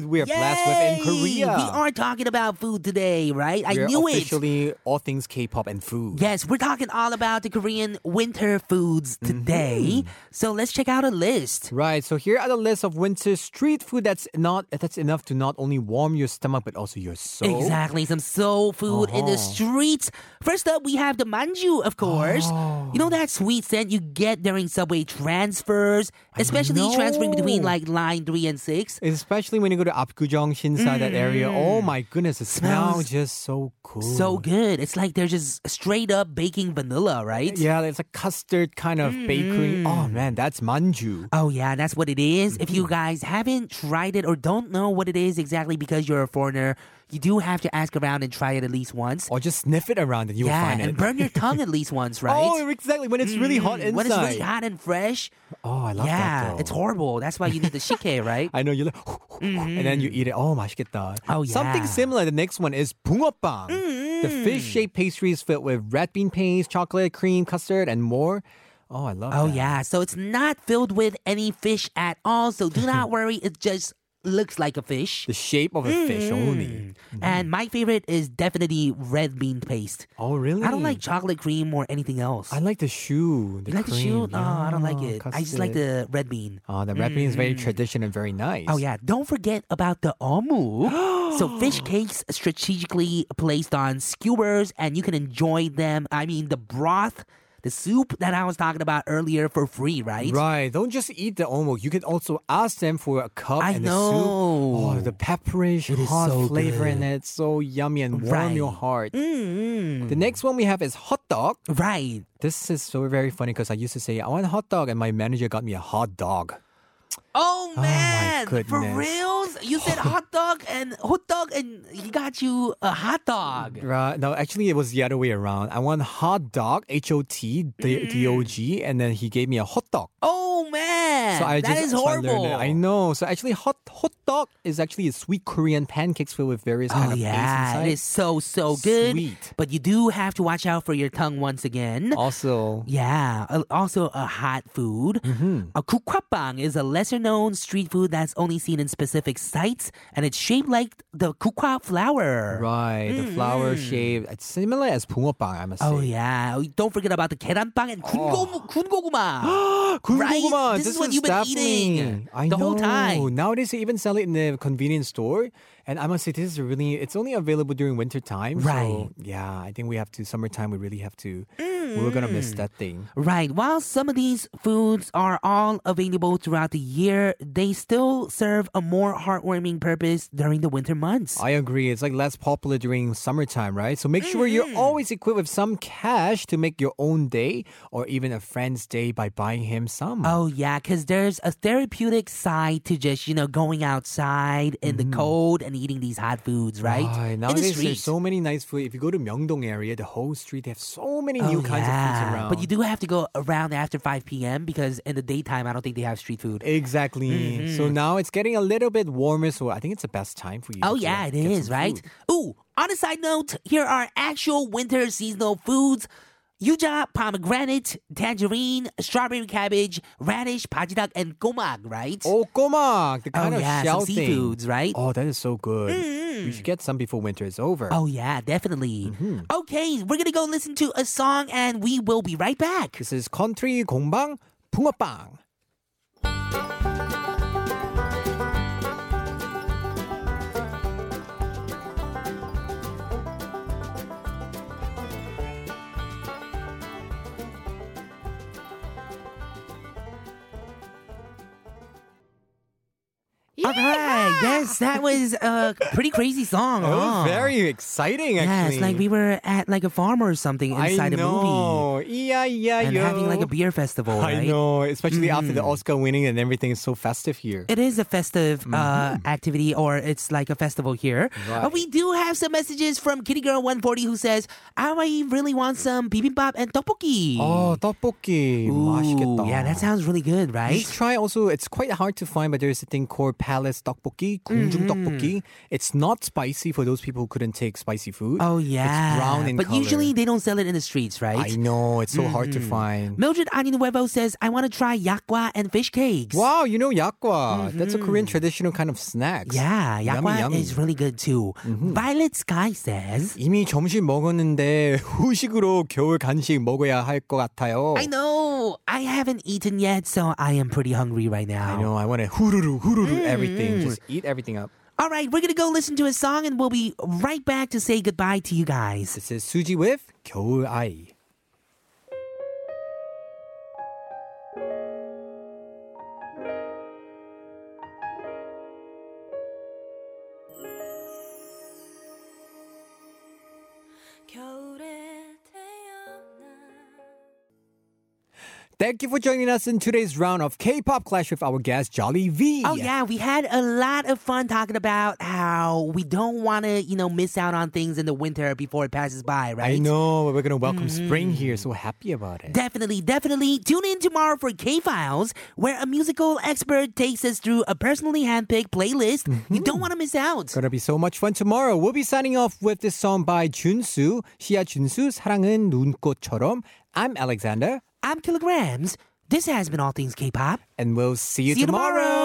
Speaker 1: we are blessed with in
Speaker 2: Yay!
Speaker 1: Korea.
Speaker 2: We are talking about food today, right? I
Speaker 1: We're
Speaker 2: knew it.
Speaker 1: officially all things K-pop and food.
Speaker 2: Yes, we're talking all about the Korean winter foods
Speaker 1: Mm-hmm.
Speaker 2: today. So let's check out a list.
Speaker 1: Right, so here are the list of winter street food that's not that's enough to not only warm your stomach but also your soul.
Speaker 2: Exactly, some soul food in the
Speaker 1: Uh-huh.
Speaker 2: streets. First up, we have the manju, of course. You
Speaker 1: Oh.
Speaker 2: know that sweet scent you get during subway transfers, especially transferring between
Speaker 1: know.
Speaker 2: like line three and six.
Speaker 1: Especially when you go to Apgujeong, Shinsa, that area. Oh my goodness, the smell
Speaker 2: Mm. Smells
Speaker 1: just so cool.
Speaker 2: So good. It's like they're just straight up baking vanilla, right?
Speaker 1: Yeah, it's a custard kind of
Speaker 2: Mm.
Speaker 1: bakery. Oh man, that's manju.
Speaker 2: Oh, yeah, that's what it is. If
Speaker 1: Mm-hmm.
Speaker 2: you guys haven't tried it or don't know what it is exactly because you're a foreigner, you do have to ask around and try it at least once.
Speaker 1: Or just sniff it around and you'll
Speaker 2: yeah,
Speaker 1: find it.
Speaker 2: and burn your tongue at least once, right? Mm.
Speaker 1: Oh, exactly. When it's really hot inside.
Speaker 2: When it's really hot and fresh.
Speaker 1: Oh, I love that.
Speaker 2: yeah,
Speaker 1: though.
Speaker 2: it's horrible. That's why you need the shike, right?
Speaker 1: I know you like, and then you eat it. Oh, 맛있겠다.
Speaker 2: Mm-hmm. Oh,
Speaker 1: Something
Speaker 2: yeah.
Speaker 1: similar. The next one is 붕어빵. The fish-shaped pastry is filled with red bean paste, chocolate, cream, custard, and more. Oh, I love
Speaker 2: Oh
Speaker 1: that.
Speaker 2: yeah, so it's not filled with any fish at all. So do not worry, it's just looks like a fish. Mm.
Speaker 1: The shape of a fish
Speaker 2: Mm-hmm.
Speaker 1: only.
Speaker 2: And my favorite is definitely red bean paste.
Speaker 1: Oh, really?
Speaker 2: I don't like chocolate cream or anything else.
Speaker 1: I like the shoe. The
Speaker 2: you like the shoe?
Speaker 1: cream.
Speaker 2: No, I don't like
Speaker 1: Yeah,
Speaker 2: it. I
Speaker 1: custard.
Speaker 2: just like the red bean.
Speaker 1: Oh, the wrapping is very traditional and very nice.
Speaker 2: Oh yeah! Don't forget about the omu. so fish cakes strategically placed on skewers, and you can enjoy them. I mean, the broth, the soup that I was talking about earlier for free, right?
Speaker 1: Right. Don't just eat the omo. You can also ask them for a cup
Speaker 2: I
Speaker 1: and the
Speaker 2: know.
Speaker 1: soup. Oh, the pepperish
Speaker 2: It is
Speaker 1: hot
Speaker 2: so
Speaker 1: flavor in
Speaker 2: good.
Speaker 1: it. So yummy and warm your
Speaker 2: Right.
Speaker 1: heart.
Speaker 2: Mm,
Speaker 1: The next one we have is hot dog.
Speaker 2: right.
Speaker 1: This is so very funny because I used to say I want hot dog and my manager got me a hot dog.
Speaker 2: Oh
Speaker 1: my
Speaker 2: man, for
Speaker 1: goodness.
Speaker 2: reals? You said hot dog and hot dog, and he got you a hot dog.
Speaker 1: Right. No, actually it was the other way around. I want hot dog, H O T
Speaker 2: Mm-hmm.
Speaker 1: D D O G, and then he gave me a hot dog.
Speaker 2: Oh man,
Speaker 1: So I
Speaker 2: that
Speaker 1: just
Speaker 2: is
Speaker 1: so I learned it.
Speaker 2: horrible.
Speaker 1: I know. So actually, hot hot dog is actually a sweet Korean pancakes filled with various
Speaker 2: Oh
Speaker 1: kind of
Speaker 2: yeah, it is
Speaker 1: base inside.
Speaker 2: so so good.
Speaker 1: Sweet.
Speaker 2: But you do have to watch out for your tongue once again.
Speaker 1: Also,
Speaker 2: Yeah, al- also a hot food. A kukwapang is a lesser known street food that's only seen in specific sites, and it's shaped like the kukwa flower.
Speaker 1: right, the flower shape. It's similar as 붕어빵, I must
Speaker 2: Mm. Oh
Speaker 1: say.
Speaker 2: yeah, don't forget about the keranpang and kungomu, kungoguma. right?
Speaker 1: 군고구마,
Speaker 2: This, is what you've been eating
Speaker 1: definitely- I
Speaker 2: the whole
Speaker 1: know.
Speaker 2: time.
Speaker 1: Nowadays, they even sell it in the convenience store. And I must say, this is really, it's only available during winter time.
Speaker 2: Right.
Speaker 1: So, yeah, I think we have to, summertime, we really have to, we're going to miss
Speaker 2: Mm.
Speaker 1: that thing.
Speaker 2: Right. While some of these foods are all available throughout the year, they still serve a more heartwarming purpose during the winter months.
Speaker 1: I agree. It's like less popular during summertime, right? So make sure
Speaker 2: Mm-hmm.
Speaker 1: you're always equipped with some cash to make your own day or even a friend's day by buying him some.
Speaker 2: Oh yeah, because there's a therapeutic side to just you know going outside in the cold and eating these hot foods, right?
Speaker 1: Right.
Speaker 2: in the
Speaker 1: Mm-hmm. Nowadays,
Speaker 2: street.
Speaker 1: there's so many nice food. If you go to Myeongdong area, the whole street, they have so many
Speaker 2: Oh,
Speaker 1: new kinds of
Speaker 2: yeah.
Speaker 1: foods around.
Speaker 2: But you do have to go around after 5 p.m. because in the daytime, I don't think they have street food.
Speaker 1: Exactly.
Speaker 2: Mm-hmm.
Speaker 1: So now it's getting a little bit warmer, so I think it's the best time for you.
Speaker 2: oh
Speaker 1: to
Speaker 2: yeah, it
Speaker 1: get some
Speaker 2: is, right?
Speaker 1: food.
Speaker 2: Ooh, on a side note, here are actual winter seasonal foods. Yuja, pomegranate, tangerine, strawberry cabbage, radish, pajidak, and gomag, right?
Speaker 1: Oh, gomak, the kind
Speaker 2: Oh,
Speaker 1: of
Speaker 2: yeah,
Speaker 1: shell
Speaker 2: some
Speaker 1: thing.
Speaker 2: seafoods, right? Mm-hmm.
Speaker 1: Oh, that is so good. We should get some before winter is over.
Speaker 2: Oh, yeah, definitely.
Speaker 1: Mm-hmm.
Speaker 2: Okay, we're going to go listen to a song and we will be right back.
Speaker 1: This is country gongbang 붕어빵.
Speaker 2: All right, yes, that was a pretty crazy song. huh?
Speaker 1: Oh, very exciting,
Speaker 2: Ah. Yeah,
Speaker 1: actually.
Speaker 2: it's like we were at like a farm or something inside
Speaker 1: I know.
Speaker 2: a movie.
Speaker 1: Yeah, yeah,
Speaker 2: And having like a beer festival,
Speaker 1: I
Speaker 2: right? Mm.
Speaker 1: know, especially after the Oscar winning and everything is so festive here.
Speaker 2: It is a festive uh, activity, or it's like a festival here. Uh,
Speaker 1: Mm-hmm. Right.
Speaker 2: we do have some messages from Kitty Girl 140 who says, "Oh, "I really want some bibimbap and tteokbokki."
Speaker 1: Oh, 떡볶이
Speaker 2: Ooh,
Speaker 1: 맛있겠다.
Speaker 2: Yeah, that sounds really good,
Speaker 1: You
Speaker 2: right?
Speaker 1: should try also. It's quite hard to find, but there's a thing called Palace Tteokbokki,
Speaker 2: 음,
Speaker 1: Kunjung Tteokbokki. It's not spicy for those people who couldn't take spicy food.
Speaker 2: Oh yeah,
Speaker 1: it's brown in
Speaker 2: but
Speaker 1: color.
Speaker 2: usually they don't sell it in the streets,
Speaker 1: I
Speaker 2: right? Mm,
Speaker 1: know it's so hard to find.
Speaker 2: Mildred Aninuevo says, "I want to try yakwa and fish cakes."
Speaker 1: Wow, you know yakwa. That's a Korean traditional kind of snack.
Speaker 2: Mm-hmm. Yeah, yakwa
Speaker 1: yummy, yummy. Mm-hmm.
Speaker 2: is really good too. Violet Sky says,
Speaker 1: 이미 점심 먹었는데 후식으로 겨울 간식 먹어야 할 것 같아요.
Speaker 2: "I know I haven't eaten yet, so I am pretty hungry right now."
Speaker 1: I know. I want to hururu, hururu
Speaker 2: 음,
Speaker 1: everything. Just eat everything up.
Speaker 2: All right, we're gonna go listen to a song, and we'll be right back to say goodbye to you guys.
Speaker 1: This is Suji with 겨울 아이.
Speaker 3: 겨울에 태어난
Speaker 1: Thank you for joining us in today's round of K-pop Clash with our guest Jolly V.
Speaker 2: Oh yeah, we had a lot of fun talking about how we don't want to, you know, miss out on things in the winter before it passes by, right? Mm-hmm.
Speaker 1: I know. We're gonna welcome spring here. So happy about it.
Speaker 2: Definitely, definitely. Tune in tomorrow for K Files, where a musical expert takes us through a personally handpicked playlist. You
Speaker 1: Mm-hmm.
Speaker 2: don't want to miss out.
Speaker 1: Gonna be so much fun tomorrow. We'll be signing off with this song by Junsu. 시야 준수 사랑은 눈꽃처럼. I'm Alexander,
Speaker 2: I'm Kilograms. This has been All Things K-pop.
Speaker 1: and we'll see you,
Speaker 2: See you tomorrow.